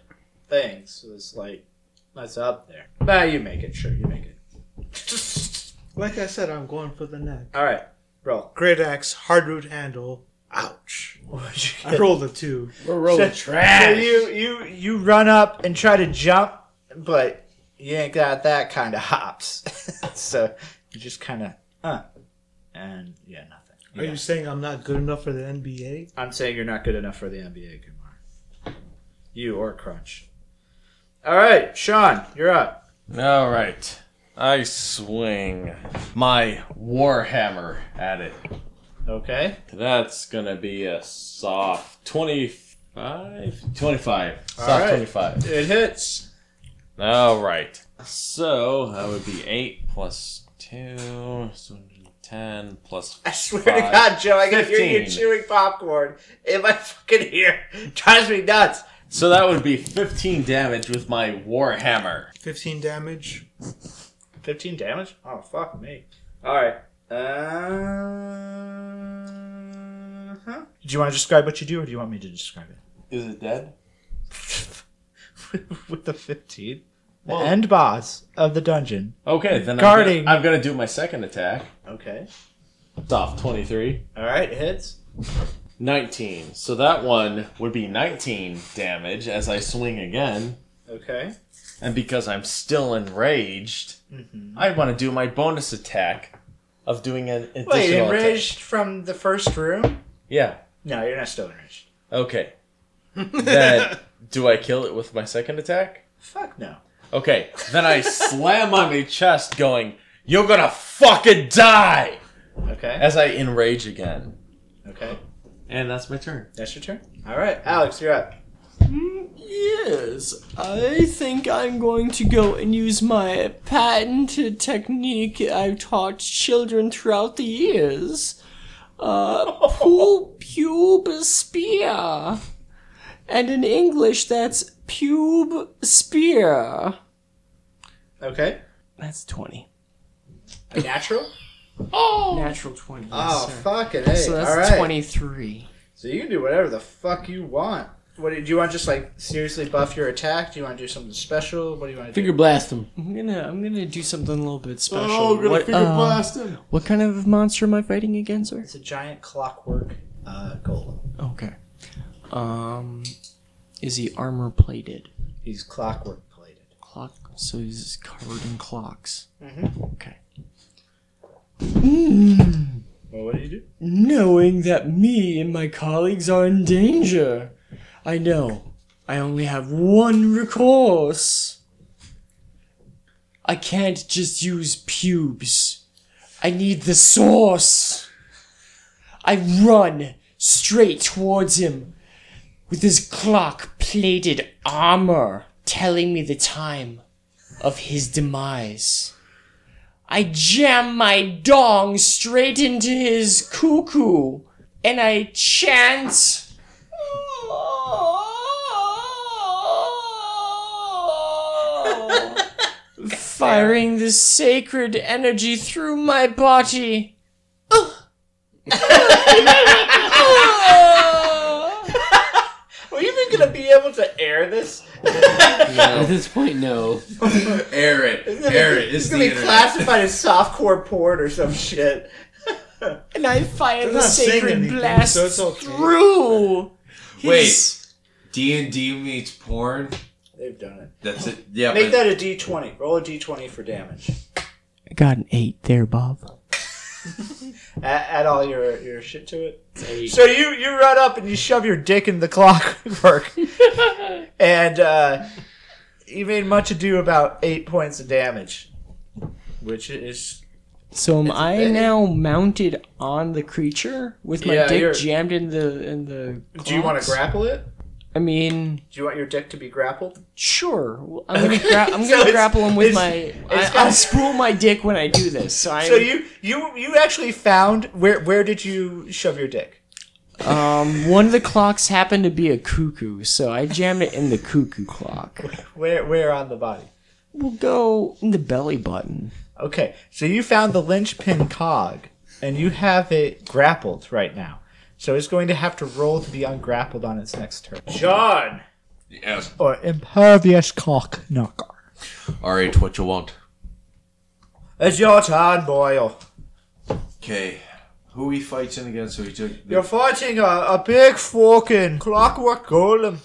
[SPEAKER 5] thing, so it's like, that's up there. Nah, you make it, sure, you make it.
[SPEAKER 6] Like I said, I'm going for the neck.
[SPEAKER 5] Alright, roll.
[SPEAKER 6] Great axe, hard root handle. Ouch. I rolled a two.
[SPEAKER 7] We're rolling
[SPEAKER 5] So
[SPEAKER 7] trash.
[SPEAKER 5] you, you, you run up and try to jump, but you ain't got that kind of hops. so you just kind of, huh. And yeah, nothing.
[SPEAKER 6] Are you saying I'm not good enough for the NBA?
[SPEAKER 5] I'm saying you're not good enough for the NBA, Kumar. You or Crunch. Alright, Sean, you're up.
[SPEAKER 1] All right. I swing my warhammer at it.
[SPEAKER 5] Okay.
[SPEAKER 1] That's going to be a soft 25? 25. Soft
[SPEAKER 5] All right.
[SPEAKER 1] 25.
[SPEAKER 5] It hits.
[SPEAKER 1] All right. So that would be 8 plus 2, so 10 plus
[SPEAKER 5] I swear to
[SPEAKER 1] Five.
[SPEAKER 5] God, Joe, I can hear you
[SPEAKER 1] Fifteen.
[SPEAKER 5] chewing popcorn in my fucking ear. Drives me nuts.
[SPEAKER 1] So that would be 15 damage with my warhammer.
[SPEAKER 6] 15 damage.
[SPEAKER 5] 15 damage? Oh, fuck me. Alright. Uh-huh. Do you want to describe what you do, or do you want me to describe
[SPEAKER 3] Is it dead?
[SPEAKER 5] it? With the 15? The end boss of the dungeon.
[SPEAKER 1] Okay, then
[SPEAKER 5] Guarding.
[SPEAKER 1] I'm going to do my second attack.
[SPEAKER 5] Okay.
[SPEAKER 1] Soft 23.
[SPEAKER 5] Alright, it hits.
[SPEAKER 1] 19. So that one would be 19 damage as I swing again.
[SPEAKER 5] Okay.
[SPEAKER 1] And because I'm still enraged,
[SPEAKER 5] Mm-hmm.
[SPEAKER 1] I want to do my bonus attack of doing an additional
[SPEAKER 5] Wait,
[SPEAKER 1] attack.
[SPEAKER 5] enraged from the first room?
[SPEAKER 1] Yeah.
[SPEAKER 5] No, you're not still enraged.
[SPEAKER 1] Okay. then do I kill it with my second attack?
[SPEAKER 5] Fuck no.
[SPEAKER 1] Okay. Then I slam on my chest going, "You're going to fucking die!"
[SPEAKER 5] Okay.
[SPEAKER 1] as I enrage again.
[SPEAKER 5] Okay.
[SPEAKER 1] And that's my turn.
[SPEAKER 5] That's your turn. Alright, Alex, you're up.
[SPEAKER 16] Yes, I think I'm going to go and use my patented technique I've taught children throughout the years. Uh, pull pube spear. And in English, that's pube spear.
[SPEAKER 5] Okay.
[SPEAKER 16] That's 20.
[SPEAKER 5] A natural?
[SPEAKER 16] Natural 20. yes,
[SPEAKER 5] Oh,
[SPEAKER 16] sir.
[SPEAKER 5] fucking hey.
[SPEAKER 16] So that's
[SPEAKER 5] All right.
[SPEAKER 16] 23.
[SPEAKER 5] So you can do whatever the fuck you want. What do you want? Just like seriously buff your attack? Do you want to do something special? What do you want to
[SPEAKER 7] Figure blast him.
[SPEAKER 16] I'm gonna I'm gonna do something a little bit special.
[SPEAKER 20] Oh, gonna
[SPEAKER 16] what,
[SPEAKER 20] figure
[SPEAKER 16] uh,
[SPEAKER 20] blast him.
[SPEAKER 16] what kind of monster am I fighting against, sir?
[SPEAKER 5] do? It's a giant clockwork uh, golem.
[SPEAKER 16] Okay. Um, is he armor plated?
[SPEAKER 5] He's clockwork plated.
[SPEAKER 16] Clock. So he's covered in clocks. Okay.
[SPEAKER 5] Well, what do you do?
[SPEAKER 16] Knowing that me and my colleagues are in danger, I know I only have one recourse. I can't just use pubes. I need the source. I run straight towards him with his clock plated armor telling me the time of his demise. I jam my dong straight into his cuckoo and I chant. Firing the sacred energy through my body.
[SPEAKER 5] Well, you've been gonna be able to air this?
[SPEAKER 7] At this point, no.
[SPEAKER 20] Air it. Air it. It's
[SPEAKER 5] It's
[SPEAKER 20] the
[SPEAKER 5] gonna be
[SPEAKER 20] internet.
[SPEAKER 5] classified as softcore porn or some shit.
[SPEAKER 16] And I fire
[SPEAKER 6] They're
[SPEAKER 16] the
[SPEAKER 6] not saying
[SPEAKER 16] sacred
[SPEAKER 6] anything,
[SPEAKER 16] blast
[SPEAKER 6] so it's okay.
[SPEAKER 16] through.
[SPEAKER 20] Wait. D and D meets porn.
[SPEAKER 5] They've done it.
[SPEAKER 20] That's it. Yeah.
[SPEAKER 5] Make
[SPEAKER 20] but
[SPEAKER 5] that a D twenty. Roll a D twenty for damage.
[SPEAKER 16] I got an eight there, Bob.
[SPEAKER 5] Add, add all your your shit to it. So you you run up and you shove your dick in the clockwork, and uh, you made much ado about eight points of damage, which is
[SPEAKER 16] So am I
[SPEAKER 5] big.
[SPEAKER 16] now mounted on the creature with my
[SPEAKER 5] Yeah,
[SPEAKER 16] dick
[SPEAKER 5] you're-
[SPEAKER 16] jammed in the in the?
[SPEAKER 5] Do you want to
[SPEAKER 16] claws?
[SPEAKER 5] grapple it?
[SPEAKER 16] I mean,
[SPEAKER 5] Do you want your dick to be grappled?
[SPEAKER 16] sure. Well, I'm gonna gra- I'm gonna
[SPEAKER 5] it's-
[SPEAKER 16] grapple him with
[SPEAKER 5] it's-
[SPEAKER 16] my. I,
[SPEAKER 5] got-
[SPEAKER 16] I'll spool my dick when I do this. So I.
[SPEAKER 5] So you you you actually found where where did you shove your dick?
[SPEAKER 16] um, one of the clocks happened to be a cuckoo, so I jammed it in the cuckoo clock.
[SPEAKER 5] Where where on the body?
[SPEAKER 16] We'll go in the belly button.
[SPEAKER 5] Okay, so you found the linchpin cog, and you have it grappled right now. So it's going to have to roll to be ungrappled on its next turn.
[SPEAKER 22] John.
[SPEAKER 20] Yes.
[SPEAKER 5] Or impervious cock knocker.
[SPEAKER 20] All right. What you want?
[SPEAKER 5] It's your turn, Boyle.
[SPEAKER 20] Okay. Who we fighting against? So we took. The...
[SPEAKER 5] You're fighting a, a big fucking clockwork golem.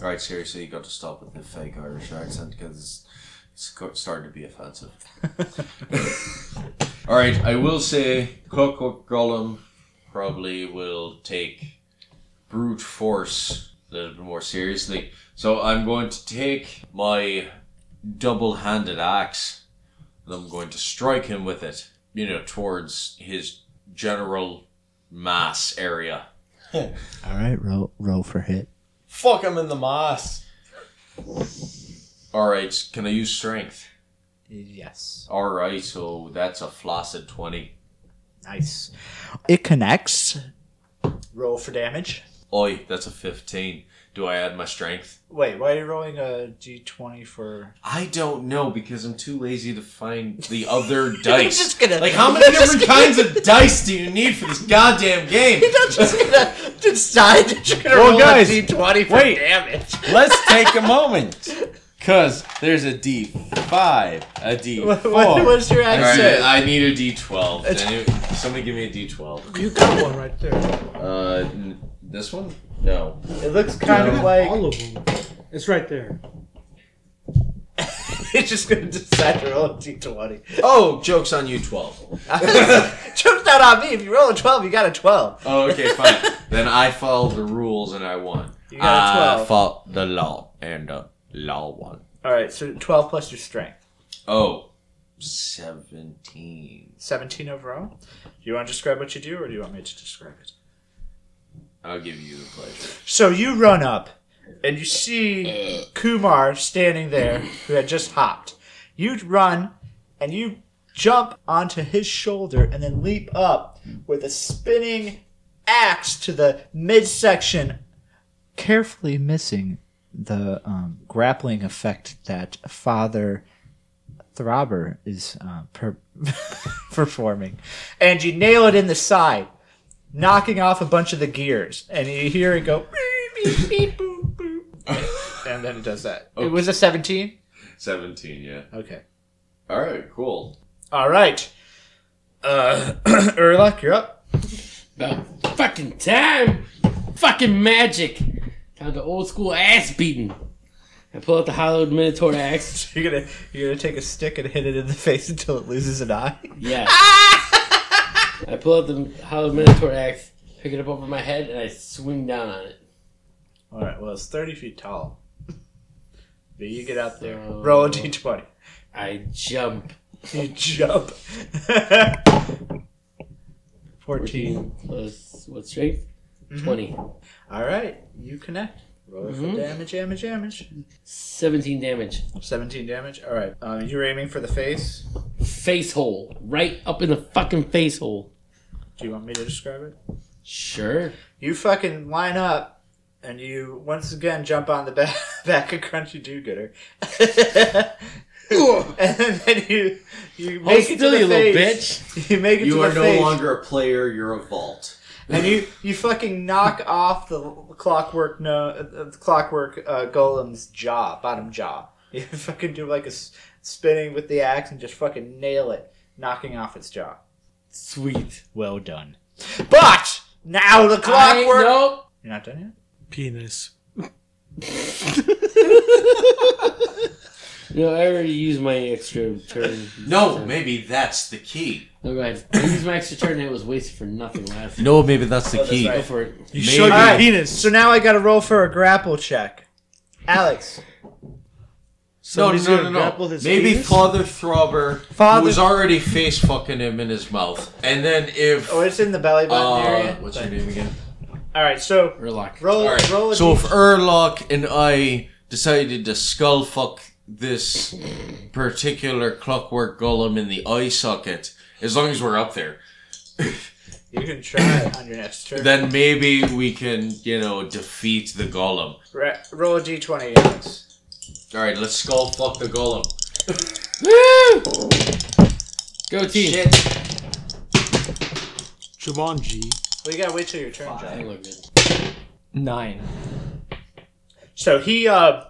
[SPEAKER 20] All right. Seriously, you got to stop with the fake Irish accent because it's, it's go- starting to be offensive. All right. I will say Coco Gollum probably will take brute force a little bit more seriously. So I'm going to take my double-handed axe and I'm going to strike him with it. You know, towards his general mass area.
[SPEAKER 5] All right, roll roll for hit.
[SPEAKER 3] Fuck him in the moss.
[SPEAKER 20] All right. Can I use strength?
[SPEAKER 5] Yes.
[SPEAKER 20] All right, so that's a flaccid twenty.
[SPEAKER 5] Nice. It connects. Roll for damage.
[SPEAKER 20] Oi, that's a fifteen. Do I add my strength?
[SPEAKER 5] Wait, why are you rolling a d20 for?
[SPEAKER 20] I don't know because I'm too lazy to find the other dice.
[SPEAKER 5] just gonna-
[SPEAKER 20] like, how many
[SPEAKER 5] I'm just
[SPEAKER 20] different kinds of dice do you need for this goddamn game?
[SPEAKER 5] I'm just gonna decide that you're gonna
[SPEAKER 3] Well,
[SPEAKER 5] roll
[SPEAKER 3] guys,
[SPEAKER 5] a d20 for
[SPEAKER 3] wait.
[SPEAKER 5] damage.
[SPEAKER 3] Let's take a moment. Cause there's a D five, a D four.
[SPEAKER 5] What, what was your
[SPEAKER 20] All right,
[SPEAKER 5] accent?
[SPEAKER 20] I need a D12. Any- somebody give me a D12.
[SPEAKER 6] You got one right there.
[SPEAKER 20] Uh, n- this one? No.
[SPEAKER 5] It looks kind
[SPEAKER 6] You
[SPEAKER 5] of
[SPEAKER 6] got
[SPEAKER 5] like
[SPEAKER 6] all of them. It's right there.
[SPEAKER 5] it's just gonna decide to roll a d20.
[SPEAKER 20] Oh, jokes on you, 12.
[SPEAKER 5] Joke's not on me. If you roll a 12, you got a 12.
[SPEAKER 20] Oh, okay, fine. then I followed the rules and I won.
[SPEAKER 5] You got a 12.
[SPEAKER 20] I fought the law and the law won.
[SPEAKER 5] All right, so 12 plus your strength,
[SPEAKER 20] Oh, 17.
[SPEAKER 5] 17 overall. Do you want to describe what you do, or do you want me to describe it?
[SPEAKER 20] I'll give you the pleasure.
[SPEAKER 5] So you run up, and you see Kumar standing there, who had just hopped. You run, and you jump onto his shoulder, and then leap up with a spinning axe to the midsection, carefully missing the um, grappling effect that Father Throbber is uh, per- performing. And you nail it in the side knocking off a bunch of the gears, and you hear it go beep, beep, beep, boop, boop. and then it does that. It was a seventeen.
[SPEAKER 20] 17, yeah.
[SPEAKER 5] Okay.
[SPEAKER 20] All right, cool.
[SPEAKER 5] All right. Uh, Erlock, you're up.
[SPEAKER 7] About fucking time. Fucking magic. Time to old school ass beating. I pull out the hollowed minotaur axe.
[SPEAKER 5] You're gonna you're gonna take a stick and hit it in the face until it loses an eye.
[SPEAKER 7] Yeah. I pull out the hollowed minotaur axe, pick it up over my head, and I swing down on it.
[SPEAKER 5] All right. Well, it's thirty feet tall. But you get out there.
[SPEAKER 7] So-
[SPEAKER 5] Roll a d20.
[SPEAKER 7] I jump.
[SPEAKER 5] You jump. Fourteen. Mm-hmm.
[SPEAKER 7] Plus what strength? Twenty.
[SPEAKER 5] All right. You connect. Roll it
[SPEAKER 7] Mhm.
[SPEAKER 5] for damage, damage, damage.
[SPEAKER 7] Seventeen damage.
[SPEAKER 5] 17 damage. All right. Um, you're aiming for the face.
[SPEAKER 7] Face hole. Right up in the fucking face hole.
[SPEAKER 5] Do you want me to describe it?
[SPEAKER 7] Sure.
[SPEAKER 5] You fucking line up, and you once again jump on the back, back of Crunchy Do Gooder, and then you you make
[SPEAKER 7] Hold
[SPEAKER 5] it
[SPEAKER 7] still,
[SPEAKER 5] to the
[SPEAKER 7] you little
[SPEAKER 5] face.
[SPEAKER 7] bitch.
[SPEAKER 5] You make it
[SPEAKER 20] You
[SPEAKER 5] to
[SPEAKER 20] are
[SPEAKER 5] the
[SPEAKER 20] no
[SPEAKER 5] face.
[SPEAKER 20] longer a player, you're a vault.
[SPEAKER 5] and you you fucking knock off the clockwork no uh, the clockwork uh, golem's jaw, bottom jaw. You fucking do like a s- spinning with the axe and just fucking nail it, knocking off its jaw.
[SPEAKER 7] Sweet.
[SPEAKER 5] Well done. But now the
[SPEAKER 7] I,
[SPEAKER 5] clockwork.
[SPEAKER 7] nope.
[SPEAKER 5] You're not done yet.
[SPEAKER 6] Penis.
[SPEAKER 7] No, I already used my extra turn.
[SPEAKER 20] No, maybe that's the key.
[SPEAKER 7] All right. I used my extra turn and it was wasted for nothing last
[SPEAKER 20] No, maybe that's
[SPEAKER 5] Oh,
[SPEAKER 20] the key.
[SPEAKER 7] Go for it.
[SPEAKER 6] You showed your
[SPEAKER 5] Alright.
[SPEAKER 6] penis.
[SPEAKER 5] So now I got to roll for a grapple check. Alex,
[SPEAKER 20] No,
[SPEAKER 6] Somebody's
[SPEAKER 20] no,
[SPEAKER 6] gonna
[SPEAKER 20] no,
[SPEAKER 6] grapple
[SPEAKER 20] no.
[SPEAKER 6] his
[SPEAKER 20] Maybe
[SPEAKER 6] penis?
[SPEAKER 20] Father Throbber,
[SPEAKER 5] Father-
[SPEAKER 20] who was already face fucking him in his mouth, and then if
[SPEAKER 5] oh, it's in the belly button
[SPEAKER 20] uh,
[SPEAKER 5] area.
[SPEAKER 20] what's your name again?
[SPEAKER 5] All right, so
[SPEAKER 7] Urlock.
[SPEAKER 5] roll,
[SPEAKER 20] All right.
[SPEAKER 5] roll. A
[SPEAKER 20] So
[SPEAKER 5] d-
[SPEAKER 20] if Erlock and I decided to skull fuck this particular clockwork golem in the eye socket, as long as we're up there,
[SPEAKER 5] you can try it on your next turn.
[SPEAKER 20] then maybe we can, you know, defeat the golem.
[SPEAKER 5] Ra- roll a d20, Alex.
[SPEAKER 20] All right, let's skull fuck the golem.
[SPEAKER 7] Go team.
[SPEAKER 20] Shit.
[SPEAKER 6] Jumanji.
[SPEAKER 5] Well, you gotta wait till your turn, John.
[SPEAKER 7] That looked good.
[SPEAKER 23] Nine.
[SPEAKER 5] So he uh,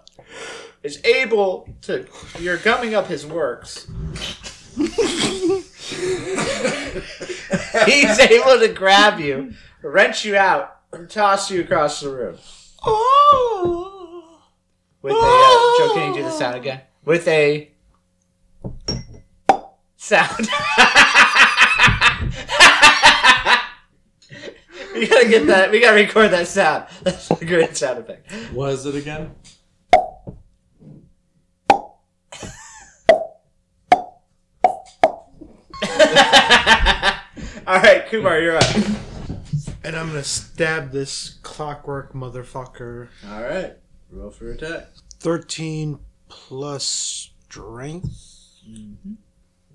[SPEAKER 5] is able to. You're gumming up his works. He's able to grab you, wrench you out, and toss you across the room. With a uh, Joe, can you do the sound again? With a sound. we gotta get that. We gotta record that sound. That's a great sound effect.
[SPEAKER 24] Was it again?
[SPEAKER 5] All right, Kumar, you're up.
[SPEAKER 6] And I'm gonna stab this clockwork motherfucker.
[SPEAKER 5] All right, roll for attack.
[SPEAKER 6] 13 plus strength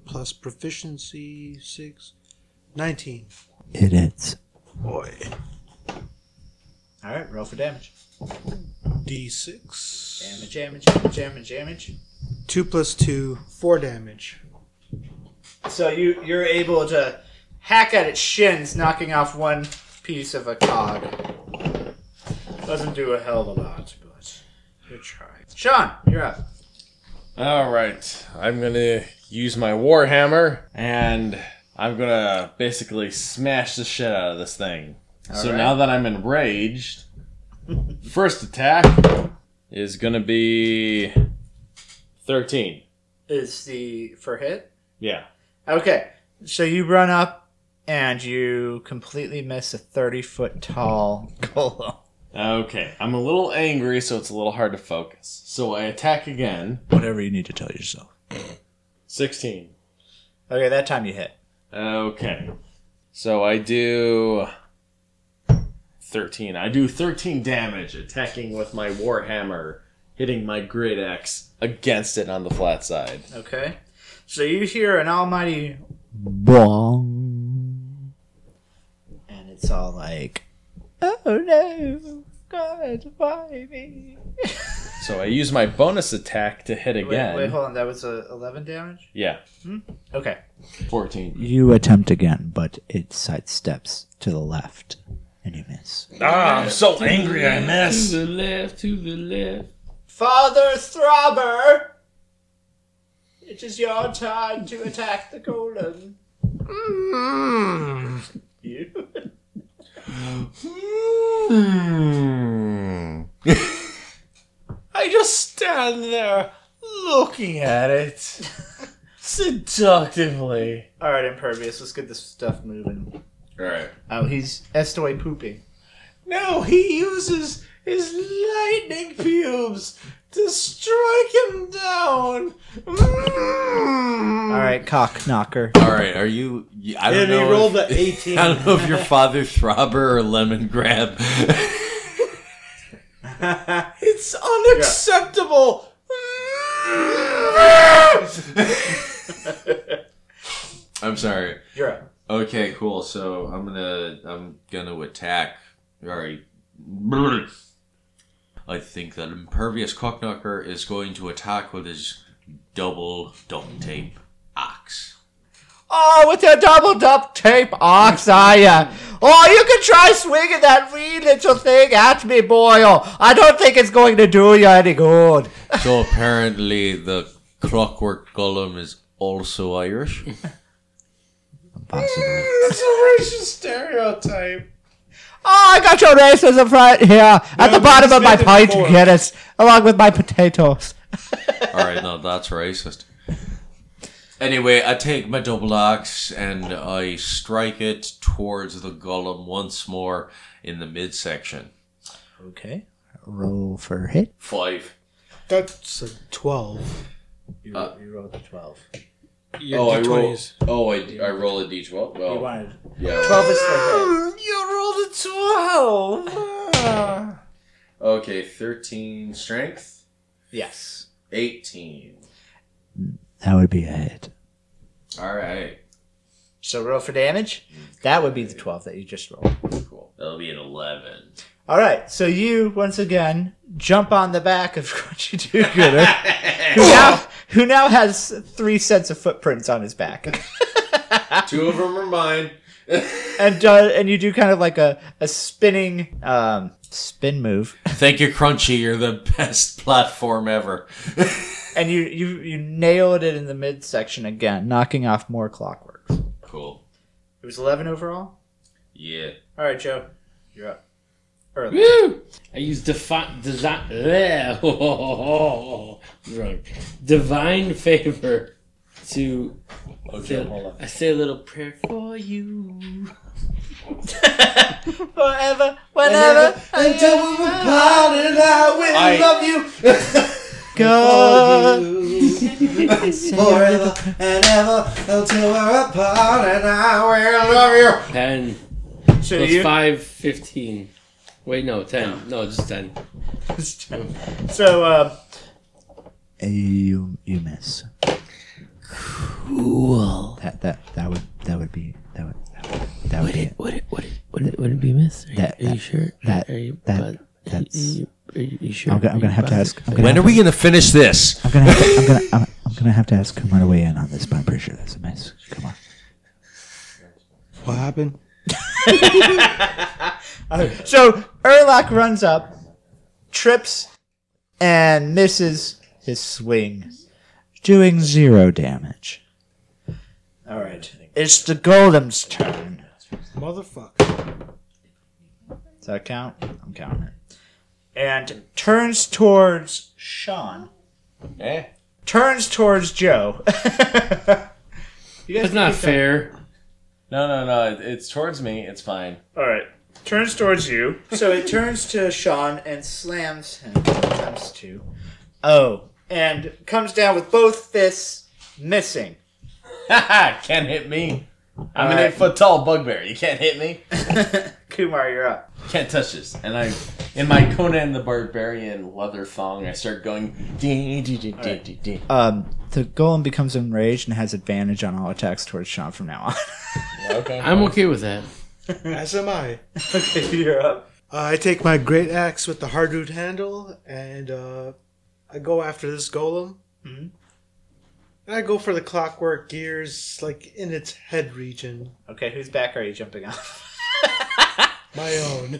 [SPEAKER 6] plus proficiency 6 19
[SPEAKER 25] It is.
[SPEAKER 6] boy
[SPEAKER 5] All right, roll for damage.
[SPEAKER 6] d6
[SPEAKER 5] Damage, damage, damage, damage, damage.
[SPEAKER 6] 2 plus 2 4 damage
[SPEAKER 5] So you you're able to hack at its shins, knocking off one piece of a cog. Doesn't do a hell of a lot, but you try. Sean, you're up.
[SPEAKER 3] All right, I'm gonna use my warhammer and I'm gonna basically smash the shit out of this thing. so now that I'm enraged, first attack is gonna be thirteen.
[SPEAKER 5] Is the for hit?
[SPEAKER 3] Yeah.
[SPEAKER 5] Okay, so you run up and you completely miss a thirty foot tall golem.
[SPEAKER 3] Okay, I'm a little angry, so it's a little hard to focus. So I attack again.
[SPEAKER 5] Whatever you need to tell yourself.
[SPEAKER 3] Sixteen.
[SPEAKER 5] Okay, that time you hit.
[SPEAKER 3] Okay. So I do 13. I do 13 damage attacking with my warhammer, hitting my great axe against it on the flat side.
[SPEAKER 5] Okay. So you hear an almighty bong. And it's all like, oh no, God, why me?
[SPEAKER 3] So I use my bonus attack to hit again.
[SPEAKER 5] Wait, wait, hold on. That was a 11 damage?
[SPEAKER 3] Yeah,
[SPEAKER 5] Okay.
[SPEAKER 3] 14.
[SPEAKER 25] You attempt again, but it sidesteps to the left, and you miss.
[SPEAKER 3] Ah, I'm so angry I miss.
[SPEAKER 7] To the left, to the left.
[SPEAKER 5] Father Throbber! It is your turn to attack the golem. You?
[SPEAKER 3] Hmm. I just stand there looking at it seductively.
[SPEAKER 5] Alright, Impervious, let's get this stuff moving.
[SPEAKER 20] All right.
[SPEAKER 5] Oh, he's Estoy pooping.
[SPEAKER 3] No, he uses his lightning pubes to strike him down.
[SPEAKER 5] Alright, cock knocker.
[SPEAKER 20] All right, are you? I don't
[SPEAKER 6] and
[SPEAKER 20] know.
[SPEAKER 6] he rolled
[SPEAKER 20] if-
[SPEAKER 6] the 18
[SPEAKER 20] I don't know if you're Father Throbber or Lemon Grab.
[SPEAKER 3] It's unacceptable.
[SPEAKER 20] I'm sorry.
[SPEAKER 5] You're up.
[SPEAKER 20] Okay, cool. So I'm gonna I'm gonna attack. All right. Brr. I think that impervious cockknocker is going to attack with his double duct tape axe.
[SPEAKER 5] Oh, with your double duct tape ox, are ya?
[SPEAKER 21] Oh, you can try swinging that wee little thing at me, boyo. I don't think it's going to do you any good.
[SPEAKER 20] So apparently, the clockwork golem is also Irish.
[SPEAKER 21] Possibly.
[SPEAKER 4] It's a racial stereotype.
[SPEAKER 21] Oh, I got your racism right here at the
[SPEAKER 4] we
[SPEAKER 21] bottom of my
[SPEAKER 4] said it
[SPEAKER 21] pint,
[SPEAKER 4] before.
[SPEAKER 21] Guinness, along with my potatoes.
[SPEAKER 20] All right, no, that's racist. Anyway, I take my double axe and I strike it towards the golem once more in the midsection.
[SPEAKER 21] Okay. Roll for hit.
[SPEAKER 20] Five.
[SPEAKER 6] That's a 12.
[SPEAKER 5] You,
[SPEAKER 20] Uh,
[SPEAKER 5] you rolled a 12.
[SPEAKER 20] oh, I roll.
[SPEAKER 6] D20s.
[SPEAKER 20] Oh, I, I roll a d12.
[SPEAKER 5] You
[SPEAKER 20] Well,
[SPEAKER 5] wanted
[SPEAKER 20] yeah.
[SPEAKER 5] 12 is the hit.
[SPEAKER 20] Ah. Okay, thirteen strength,
[SPEAKER 5] Yes.
[SPEAKER 20] eighteen.
[SPEAKER 21] That would be a hit.
[SPEAKER 20] All right, Mm.
[SPEAKER 5] So roll for damage. That would be the 12 that you just rolled.
[SPEAKER 20] cool. That'll be an eleven.
[SPEAKER 5] All right. So you once again jump on the back of Crunchy Do Gooder, who, now, who now has three sets of footprints on his back,
[SPEAKER 20] Two of them are mine.
[SPEAKER 5] and uh, and you do kind of like a a spinning um, spin move,
[SPEAKER 20] Thank you, Crunchy. You're the best platform ever.
[SPEAKER 5] and you you you nailed it in the midsection again, knocking off more clockwork.
[SPEAKER 20] Cool.
[SPEAKER 5] It was eleven overall.
[SPEAKER 20] Yeah.
[SPEAKER 5] All right, Joe, you're up. Early.
[SPEAKER 7] Woo! I use defi- design. Bleh. drunk. Divine favor to. to- I say a little prayer for you.
[SPEAKER 5] Forever, whenever,
[SPEAKER 6] Until we were parted, I will
[SPEAKER 1] I-
[SPEAKER 6] love you
[SPEAKER 5] God.
[SPEAKER 6] forever and ever until we're apart, and I will love you.
[SPEAKER 7] Ten
[SPEAKER 5] So
[SPEAKER 7] plus
[SPEAKER 5] you,
[SPEAKER 7] five, fifteen. Wait, no, ten. No, just ten.
[SPEAKER 5] so uh,
[SPEAKER 21] You you miss. Cool. That that that would that would be that would that would, that would be it.
[SPEAKER 7] Would it? Would it? Would it? Would it be missed? Are,
[SPEAKER 21] That-
[SPEAKER 7] you, are you sure?
[SPEAKER 21] that-
[SPEAKER 7] are you,
[SPEAKER 21] that-
[SPEAKER 7] but-
[SPEAKER 21] that's-
[SPEAKER 7] Are you, are you, are you sure?
[SPEAKER 21] I'm gonna, I'm
[SPEAKER 7] Are
[SPEAKER 21] gonna
[SPEAKER 7] you
[SPEAKER 21] have to
[SPEAKER 7] positive?
[SPEAKER 21] ask. I'm gonna have,
[SPEAKER 20] we gonna finish this?
[SPEAKER 21] I'm gonna, I'm gonna, I'm, I'm gonna have to ask Kumar to weigh in on this, but I'm pretty sure that's a miss. Come on.
[SPEAKER 6] What happened?
[SPEAKER 5] so Erlock runs up, trips, and misses his swing.
[SPEAKER 21] Doing zero damage.
[SPEAKER 5] All right, it's the golem's turn.
[SPEAKER 6] Motherfucker.
[SPEAKER 5] Does that count? I'm counting it. And turns towards Sean.
[SPEAKER 1] Eh?
[SPEAKER 5] Turns towards Joe.
[SPEAKER 7] That's not fair.
[SPEAKER 1] No, no, no. it- It's towards me. It's fine.
[SPEAKER 5] All right. Turns towards you. So it turns to Sean and slams him. Attempts to. Oh, and comes down with both fists, missing.
[SPEAKER 1] can't hit me. I'm an eight foot tall bugbear. You can't hit me.
[SPEAKER 5] Kumar, you're up.
[SPEAKER 1] Can't touch this. And I, in my Conan the Barbarian leather thong, I start going. Dee, dee, dee, dee, dee, dee.
[SPEAKER 5] Um, the golem becomes enraged and has advantage on all attacks towards Sean from now on.
[SPEAKER 1] Okay.
[SPEAKER 7] I'm okay with that.
[SPEAKER 6] As am I. Uh,
[SPEAKER 5] okay, you're up.
[SPEAKER 6] I take my great axe with the hardwood handle and uh, I go after this golem.
[SPEAKER 5] Mhm.
[SPEAKER 6] And I go for the clockwork gears, like in its head region.
[SPEAKER 5] Okay, whose back are you jumping on?
[SPEAKER 6] My own.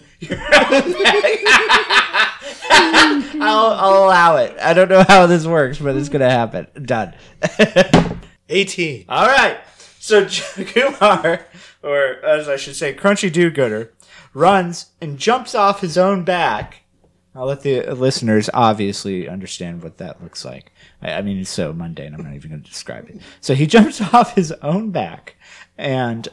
[SPEAKER 5] I'll, I'll allow it. I don't know how this works, but it's gonna happen. Done.
[SPEAKER 6] 18.
[SPEAKER 5] All right. So Kumar, or as I should say, Crunchy Do Gooder, runs and jumps off his own back. I'll let the listeners obviously understand what that looks like. I, I mean, it's so mundane, I'm not even going to describe it. So he jumps off his own back and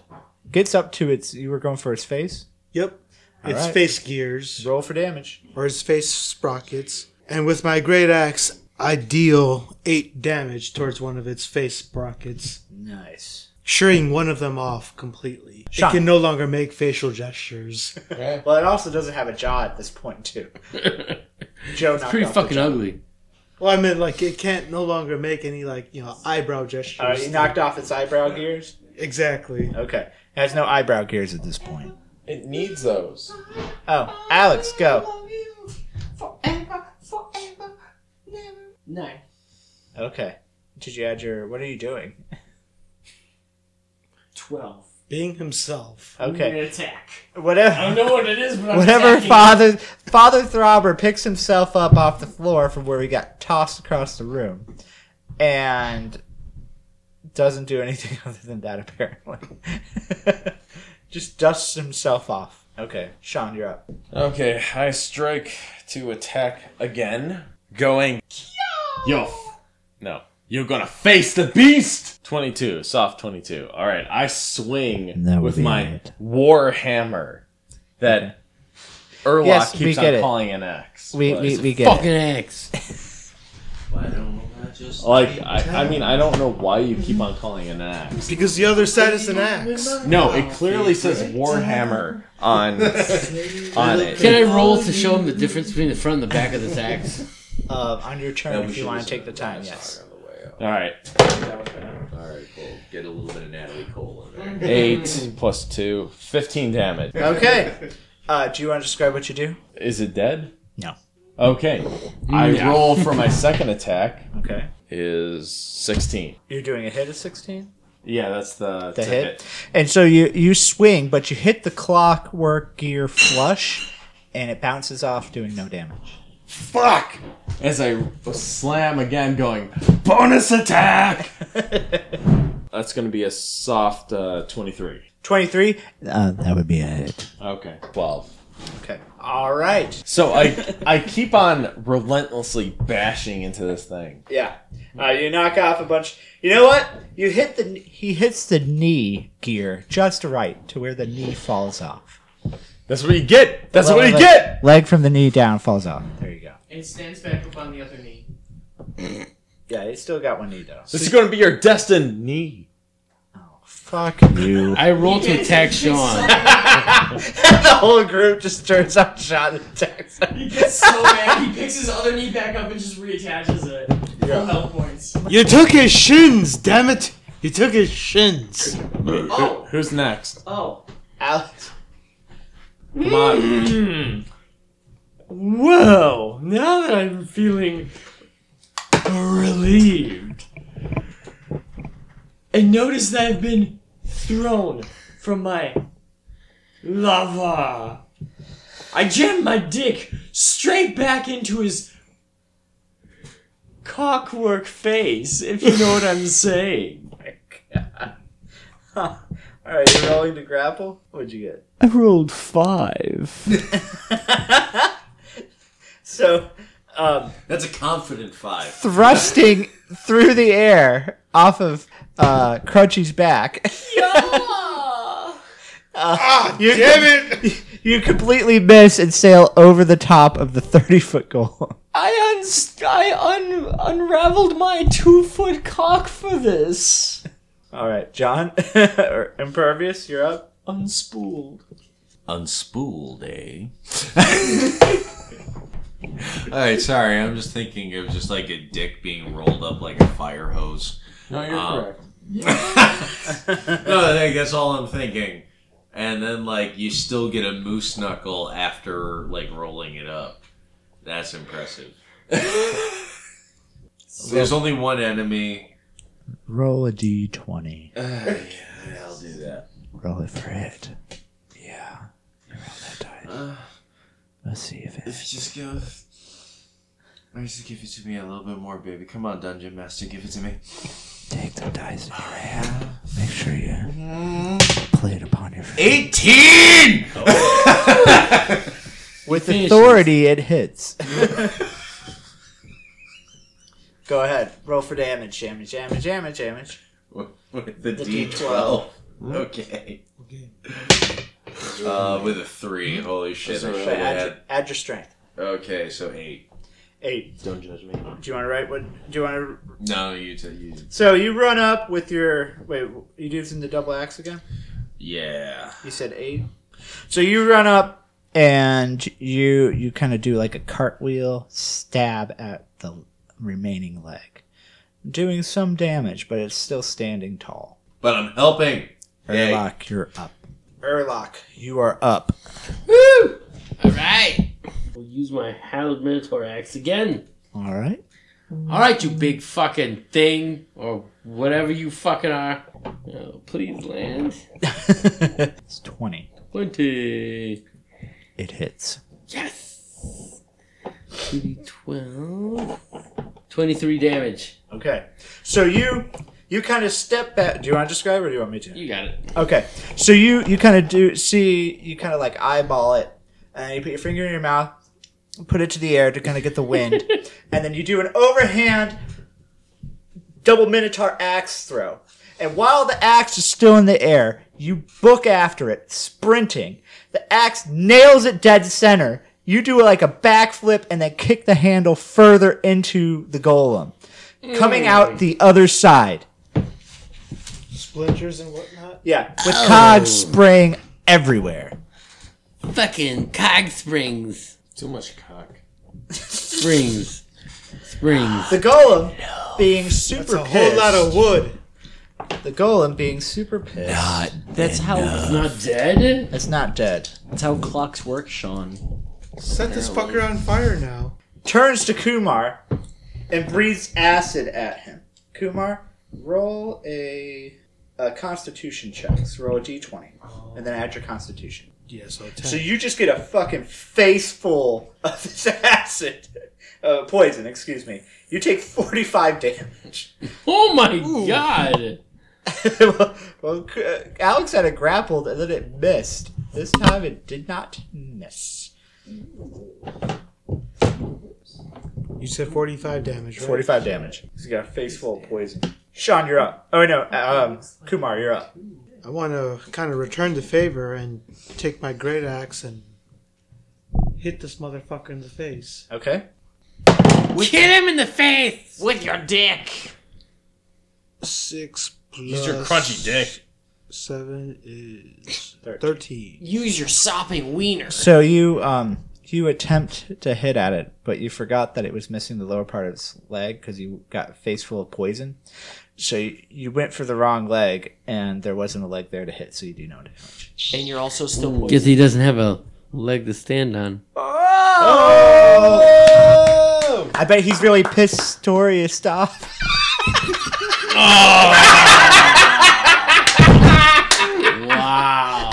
[SPEAKER 5] gets up to its. You were going for its face?
[SPEAKER 6] Yep. its
[SPEAKER 5] right.
[SPEAKER 6] face gears,
[SPEAKER 5] Roll for damage.
[SPEAKER 6] or its face sprockets. And with my great axe, I deal 8 damage towards one of its face sprockets,
[SPEAKER 5] Nice.
[SPEAKER 6] shearing one of them off completely.
[SPEAKER 5] Shot.
[SPEAKER 6] It can no longer make facial gestures.
[SPEAKER 5] Well, it also doesn't have a jaw at this point, too. Joe knocked
[SPEAKER 7] Pretty
[SPEAKER 5] off the
[SPEAKER 7] fucking
[SPEAKER 5] jaw.
[SPEAKER 7] ugly.
[SPEAKER 6] Well, I mean, like it can't no longer make any like you know eyebrow gestures.
[SPEAKER 5] All right, you knocked off its eyebrow gears?
[SPEAKER 6] exactly.
[SPEAKER 5] Okay. It has no eyebrow gears at this point.
[SPEAKER 1] It needs those.
[SPEAKER 5] Oh, Alex, go.
[SPEAKER 7] No.
[SPEAKER 5] Okay. Did you add your? What are you doing?
[SPEAKER 4] Twelve.
[SPEAKER 6] being himself.
[SPEAKER 5] Okay.
[SPEAKER 26] attack. I
[SPEAKER 5] Whatever.
[SPEAKER 26] don't know what it is, but I'm
[SPEAKER 5] Whatever
[SPEAKER 26] attacking.
[SPEAKER 5] father Father Throbber picks himself up off the floor from where he got tossed across the room, and doesn't do anything other than that apparently. Just dusts himself off. Okay, Sean, you're up.
[SPEAKER 3] Okay, I strike to attack again. Going. Yo! f- No. You're gonna face the beast! 22, soft 22. Alright, I swing
[SPEAKER 21] That would
[SPEAKER 3] with
[SPEAKER 21] be
[SPEAKER 3] my
[SPEAKER 21] it.
[SPEAKER 3] war hammer that Erlock
[SPEAKER 5] Yes, we
[SPEAKER 3] keeps on
[SPEAKER 5] get it.
[SPEAKER 3] calling an axe.
[SPEAKER 5] We
[SPEAKER 3] but
[SPEAKER 5] we,
[SPEAKER 3] it's a
[SPEAKER 5] we get it.
[SPEAKER 7] Fucking axe.
[SPEAKER 20] Why don't I just
[SPEAKER 3] Like, I, I mean, I don't know why you keep on calling it an axe.
[SPEAKER 6] Because the other side is an axe.
[SPEAKER 3] No, it clearly says Warhammer on on it.
[SPEAKER 7] Can I roll to show him the difference between the front and the back of this axe?
[SPEAKER 5] Uh, on your turn,
[SPEAKER 20] Yeah, we
[SPEAKER 5] if you
[SPEAKER 20] should
[SPEAKER 5] want to
[SPEAKER 20] just
[SPEAKER 5] take the
[SPEAKER 20] have
[SPEAKER 5] time,
[SPEAKER 20] Natalie
[SPEAKER 5] yes.
[SPEAKER 20] on the way out.
[SPEAKER 3] All right,
[SPEAKER 20] All right, we'll get a little bit of Natalie Cole in there.
[SPEAKER 3] eight plus two, 15 damage.
[SPEAKER 5] Okay. Uh, do you want to describe what you do?
[SPEAKER 3] Is it dead?
[SPEAKER 5] No.
[SPEAKER 3] Okay. I roll for my second attack
[SPEAKER 5] Okay.
[SPEAKER 3] is 16.
[SPEAKER 5] You're doing a hit at 16?
[SPEAKER 3] Yeah, that's the,
[SPEAKER 5] The hit. And so you, you swing, but you hit the clockwork gear flush, and it bounces off, doing no damage.
[SPEAKER 3] Fuck! As I slam again going bonus attack. that's going to be a soft uh, 23.
[SPEAKER 5] 23?
[SPEAKER 21] Uh, that would be a hit.
[SPEAKER 3] Okay. 12.
[SPEAKER 5] Okay. All right.
[SPEAKER 3] So I I keep on relentlessly bashing into this thing.
[SPEAKER 5] Yeah. Uh, you knock off a bunch. You know what? You hit the. He hits the knee gear just right to where the knee falls off.
[SPEAKER 3] That's what you get. That's what you
[SPEAKER 5] Leg-
[SPEAKER 3] get.
[SPEAKER 5] Leg from the knee down falls off. There you go.
[SPEAKER 26] And stands back up on the other knee.
[SPEAKER 5] Yeah, it's still got one knee though.
[SPEAKER 3] This is going to be your destiny.
[SPEAKER 5] Fuck you.
[SPEAKER 7] I roll to attack Sean.
[SPEAKER 5] the whole group just turns out shot and attacks.
[SPEAKER 26] He gets so mad, he picks his other knee back up and just reattaches it. Full health points.
[SPEAKER 6] You took his shins, damn it! You took his shins.
[SPEAKER 26] Oh,
[SPEAKER 3] Who's next?
[SPEAKER 26] oh.
[SPEAKER 5] Alex.
[SPEAKER 3] Come on.
[SPEAKER 16] Well, now that I'm feeling relieved, and notice that I've been thrown from my lava, I jammed my dick straight back into his cockwork face, if you know what I'm saying.
[SPEAKER 5] All right, you're rolling to grapple. What'd you get?
[SPEAKER 16] I rolled five.
[SPEAKER 5] So, um,
[SPEAKER 20] That's a confident five.
[SPEAKER 5] thrusting through the air off of uh, Crunchy's back. Uh, you,
[SPEAKER 6] Damn it!
[SPEAKER 5] you completely miss and sail over the top of the 30 foot goal.
[SPEAKER 16] I, uns- I un- unraveled my two foot cock for this.
[SPEAKER 5] All right, John, or Impervious, you're up.
[SPEAKER 16] Unspooled.
[SPEAKER 20] Unspooled, eh? All right, sorry. I'm just thinking of just like a dick being rolled up like a fire hose.
[SPEAKER 3] No, you're
[SPEAKER 20] Um,
[SPEAKER 3] correct.
[SPEAKER 20] no, I think that's all I'm thinking. And then like you still get a moose knuckle after like rolling it up. That's impressive. There's only one enemy.
[SPEAKER 5] Roll a d20.
[SPEAKER 20] Uh, I'll do that.
[SPEAKER 5] Roll it for hit.
[SPEAKER 21] Let's see if it.
[SPEAKER 20] Just give. I just give it to me a little bit more, oh, baby. Come on, Dungeon Master, give it to me.
[SPEAKER 21] Take the dice in your hand. Make sure you play it upon your face.
[SPEAKER 20] 18!
[SPEAKER 5] With
[SPEAKER 7] Finishes.
[SPEAKER 5] authority, it hits. Go ahead. Roll for damage. Damage, damage, damage, damage.
[SPEAKER 20] With the,
[SPEAKER 5] D12.
[SPEAKER 20] D12. Okay. Uh, with a three.
[SPEAKER 3] Hmm?
[SPEAKER 20] Holy shit. I
[SPEAKER 5] But
[SPEAKER 20] should've
[SPEAKER 5] add, your,
[SPEAKER 20] had-
[SPEAKER 5] add your strength.
[SPEAKER 20] Okay, so eight.
[SPEAKER 5] Eight.
[SPEAKER 3] Don't judge me.
[SPEAKER 5] Do you want to write what? Do you want to?
[SPEAKER 20] No, you t- you.
[SPEAKER 5] So you run up with your. Wait, you using the double axe again?
[SPEAKER 20] Yeah.
[SPEAKER 5] You said eight. So you run up and you you kind of do like a cartwheel stab at the remaining leg, doing some damage, but it's still standing tall.
[SPEAKER 20] But I'm helping. Hey.
[SPEAKER 5] Erlock, you're up. Erlock, you are up.
[SPEAKER 7] All right. We'll use my hallowed minotaur axe again.
[SPEAKER 5] All right.
[SPEAKER 7] All right, you big fucking thing, or whatever you fucking are. Oh, please land.
[SPEAKER 21] It's 20.
[SPEAKER 7] 20.
[SPEAKER 21] It hits.
[SPEAKER 7] Yes! 2d12. 23 damage.
[SPEAKER 5] Okay. So you you kind of step back. Do you want to describe or do you want me to?
[SPEAKER 7] You got it.
[SPEAKER 5] Okay. So you you kind of do see you kind of like eyeball it, and you put your finger in your mouth, put it to the air to kind of get the wind, and then you do an overhand double minotaur axe throw. And while the axe is still in the air, you book after it, sprinting. The axe nails it dead center. You do like a backflip and then kick the handle further into the golem, coming out the other side.
[SPEAKER 6] Splinters and whatnot.
[SPEAKER 5] Yeah, with cogs spraying everywhere.
[SPEAKER 7] Fucking cog springs.
[SPEAKER 3] Too much cock.
[SPEAKER 7] Springs. Springs.
[SPEAKER 5] The golem being super
[SPEAKER 6] It's a
[SPEAKER 5] pissed.
[SPEAKER 6] whole lot of wood.
[SPEAKER 5] the golem being super pissed.
[SPEAKER 21] That's how
[SPEAKER 7] Not dead?
[SPEAKER 5] It's not dead.
[SPEAKER 21] that's how clocks work, Sean.
[SPEAKER 6] Set this fucker on fire now.
[SPEAKER 5] Turns to Kumar and breathes acid at him. Kumar, roll a, a Constitution check. So roll a d20, and then add your Constitution.
[SPEAKER 6] Yeah, so
[SPEAKER 5] So
[SPEAKER 6] ten.
[SPEAKER 5] you just get a fucking face full of this acid, uh, poison. Excuse me. You take forty-five damage.
[SPEAKER 7] Oh my god!
[SPEAKER 5] well, uh, Alex had it grappled and then it missed. This time it did not miss.
[SPEAKER 6] You said 45 damage, right?
[SPEAKER 5] 45 damage. He's got a face full of poison. Sean, you're up. Oh, no. Um, Kumar, you're up.
[SPEAKER 6] I want to kind of return the favor and take my great axe and hit this motherfucker in the face.
[SPEAKER 5] Okay.
[SPEAKER 7] Hit him in the face!
[SPEAKER 4] With your dick.
[SPEAKER 6] Six plus
[SPEAKER 3] Use your crunchy dick.
[SPEAKER 6] seven is
[SPEAKER 5] Thirteen.
[SPEAKER 6] 13.
[SPEAKER 4] Use your sopping wiener.
[SPEAKER 5] So you, um, you attempt to hit at it, but you forgot that it was missing the lower part of its leg because you got a face full of poison. So you, you went for the wrong leg, and there wasn't a leg there to hit, so you do no damage.
[SPEAKER 4] And you're also still poisoned.
[SPEAKER 7] Guess he doesn't have a leg to stand on.
[SPEAKER 5] I bet he's really pissed Torius off.
[SPEAKER 7] Wow.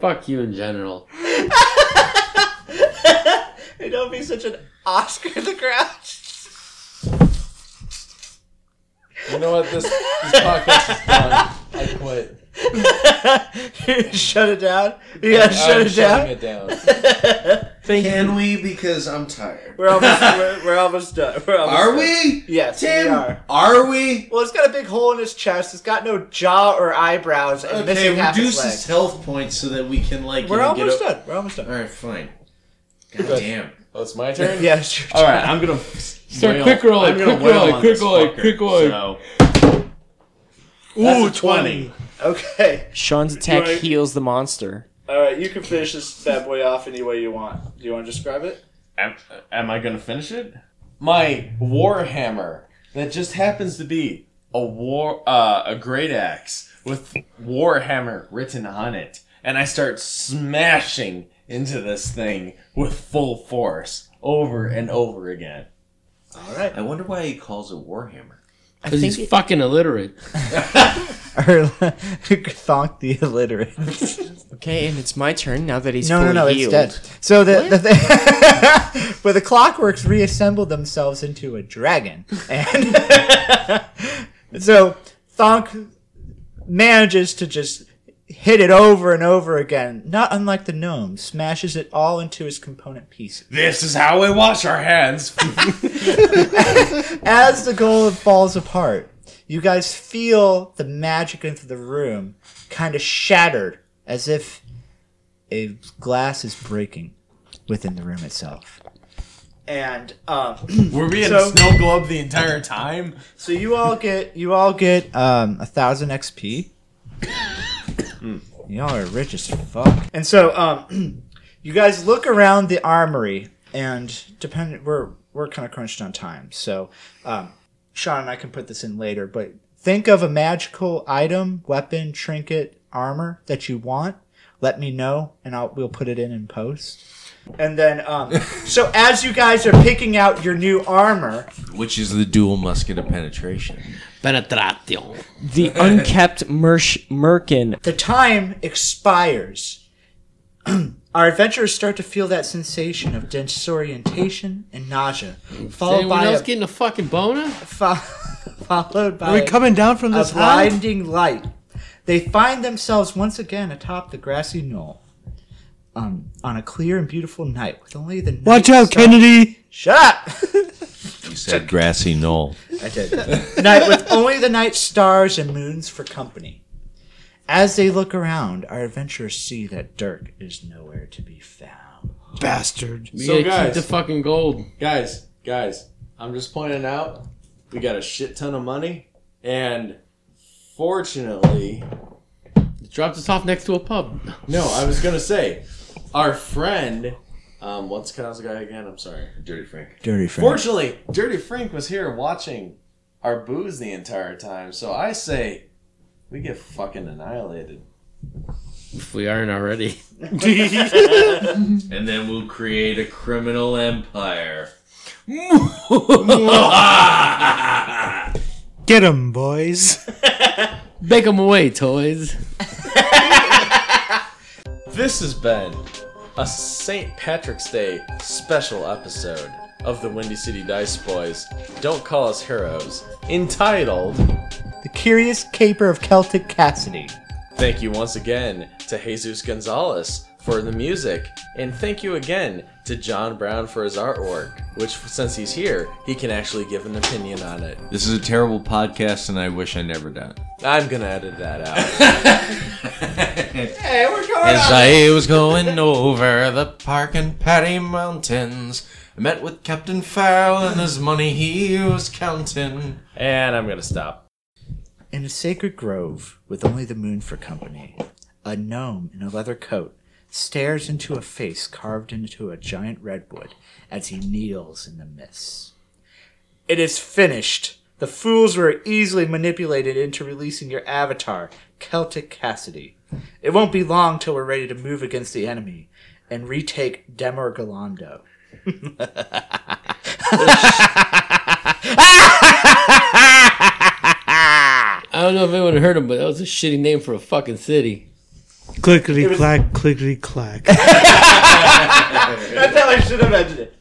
[SPEAKER 7] Fuck you in general.
[SPEAKER 5] And don't be such an Oscar the Grouch.
[SPEAKER 3] You know what? This, this podcast is done. I quit.
[SPEAKER 5] shut it down. You gotta shut
[SPEAKER 3] I'm
[SPEAKER 5] it down.
[SPEAKER 3] shutting it down.
[SPEAKER 20] Can we? Because I'm tired.
[SPEAKER 5] We're almost, we're, we're almost done. We're almost
[SPEAKER 20] Are
[SPEAKER 5] done.
[SPEAKER 20] we?
[SPEAKER 5] Yes,
[SPEAKER 20] Tim,
[SPEAKER 5] we are.
[SPEAKER 20] are we?
[SPEAKER 5] Well, it's got a big hole in his chest. It's got no jaw or eyebrows, and
[SPEAKER 20] Okay,
[SPEAKER 5] missing half his
[SPEAKER 20] reduce
[SPEAKER 5] leg.
[SPEAKER 20] his health points so that we can like. you
[SPEAKER 5] We're
[SPEAKER 20] know, get
[SPEAKER 5] almost
[SPEAKER 20] up-
[SPEAKER 5] done. We're almost done.
[SPEAKER 20] All right, fine. God damn.
[SPEAKER 3] Oh, it's my turn?
[SPEAKER 5] Yeah, sure.
[SPEAKER 3] All right, I'm going to.
[SPEAKER 7] Start quick rolling, quick rolling, quick rolling, quick rolling.
[SPEAKER 3] Ooh, 20.
[SPEAKER 5] Okay.
[SPEAKER 21] Sean's
[SPEAKER 5] attack Right.
[SPEAKER 21] heals the monster.
[SPEAKER 5] All right, you can finish this bad boy off any way you want. Do you want to describe it?
[SPEAKER 3] Am, am I going to finish it? My warhammer that just happens to be a war uh, a great axe with warhammer written on it, and I start smashing into this thing with full force over and over again.
[SPEAKER 5] All right.
[SPEAKER 20] I wonder why he calls it Warhammer.
[SPEAKER 21] I
[SPEAKER 7] Because
[SPEAKER 21] think
[SPEAKER 7] he's fucking illiterate.
[SPEAKER 5] Thonk the illiterate.
[SPEAKER 21] okay, and it's my turn now that he's
[SPEAKER 5] No, no,
[SPEAKER 21] fully
[SPEAKER 5] no,
[SPEAKER 21] healed.
[SPEAKER 5] it's dead. So the, the thing, but the clockworks reassembled themselves into a dragon, and so Thonk manages to just hit it over and over again, not unlike the gnome, smashes it all into its component pieces.
[SPEAKER 3] This is how we wash our hands.
[SPEAKER 5] As the golem falls apart, you guys feel the magic into the room kind of shattered, as if a glass is breaking within the room itself. And um,
[SPEAKER 3] Were we in
[SPEAKER 5] So-
[SPEAKER 3] a snow globe the entire time?
[SPEAKER 5] so you all get you all get um, a thousand XP. Y'all are rich as fuck. And so um, you guys look around the armory, and depending we're we're kind of crunched on time, so um, Sean and I can put this in later. But think of a magical item, weapon, trinket, armor that you want. Let me know, and I'll we'll put it in in post. And then, um, so as you guys are picking out your new armor,
[SPEAKER 20] Which is the dual musket of penetration.
[SPEAKER 7] Penetration.
[SPEAKER 16] The unkept mersh merkin.
[SPEAKER 5] the time expires. Our adventurers start to feel that sensation of disorientation and nausea, followed
[SPEAKER 7] Anyone
[SPEAKER 5] by
[SPEAKER 7] else
[SPEAKER 5] a,
[SPEAKER 7] getting a fucking boner?
[SPEAKER 5] fo- followed by
[SPEAKER 6] Are we
[SPEAKER 5] a-
[SPEAKER 6] coming down from
[SPEAKER 5] a
[SPEAKER 6] this high?
[SPEAKER 5] blinding light. They find themselves once again atop the grassy knoll, um, on a clear and beautiful night with only the
[SPEAKER 6] Watch
[SPEAKER 5] night
[SPEAKER 6] out,
[SPEAKER 5] sun-
[SPEAKER 6] Kennedy!
[SPEAKER 5] Shut up!
[SPEAKER 20] You said grassy knoll.
[SPEAKER 5] I did. night with only the night stars and moons for company. As they look around, our adventurers see that Dirk is nowhere to be found.
[SPEAKER 6] Bastard.
[SPEAKER 7] We
[SPEAKER 3] So,
[SPEAKER 7] gotta
[SPEAKER 3] guys-
[SPEAKER 7] keep the fucking gold.
[SPEAKER 3] Guys, guys, I'm just pointing out we got a shit ton of money, and fortunately,
[SPEAKER 7] Dropped us off next to a pub.
[SPEAKER 3] no, I was gonna say, our friend, um, what's Kyle's guy again? I'm sorry, Dirty Frank.
[SPEAKER 5] Dirty friend.
[SPEAKER 3] Fortunately, Dirty Frank was here watching our booze the entire time, so I say we get fucking annihilated.
[SPEAKER 7] If we aren't already.
[SPEAKER 20] And then we'll create a criminal empire.
[SPEAKER 6] Get him, boys.
[SPEAKER 7] Bake them away, toys.
[SPEAKER 3] This has been a St. Patrick's Day special episode of the Windy City Dice Boys. Don't call us heroes. Entitled.
[SPEAKER 5] The Curious Caper of Celtic Cassidy.
[SPEAKER 3] Thank you once again to Jesus Gonzalez for the music, and thank you again to John Brown for his artwork, which, since he's here, he can actually give an opinion on it.
[SPEAKER 20] This is a terrible podcast, and I wish I never done.
[SPEAKER 3] I'm gonna edit that out.
[SPEAKER 5] Hey, we're going
[SPEAKER 20] As I was going over the park and Patty Mountains, I met with Captain Farrell and his money he was counting.
[SPEAKER 3] And I'm gonna stop.
[SPEAKER 5] In a sacred grove with only the moon for company, a gnome in a leather coat stares into a face carved into a giant redwood as he kneels in the mist. It is finished. The fools were easily manipulated into releasing your avatar, Celtic Cassidy. It won't be long till we're ready to move against the enemy and retake Demor Galando.
[SPEAKER 7] I don't know if anyone heard him, but that was a shitty name for a fucking city.
[SPEAKER 6] Clickety clack, clickety clack.
[SPEAKER 5] That's how I should have ended it.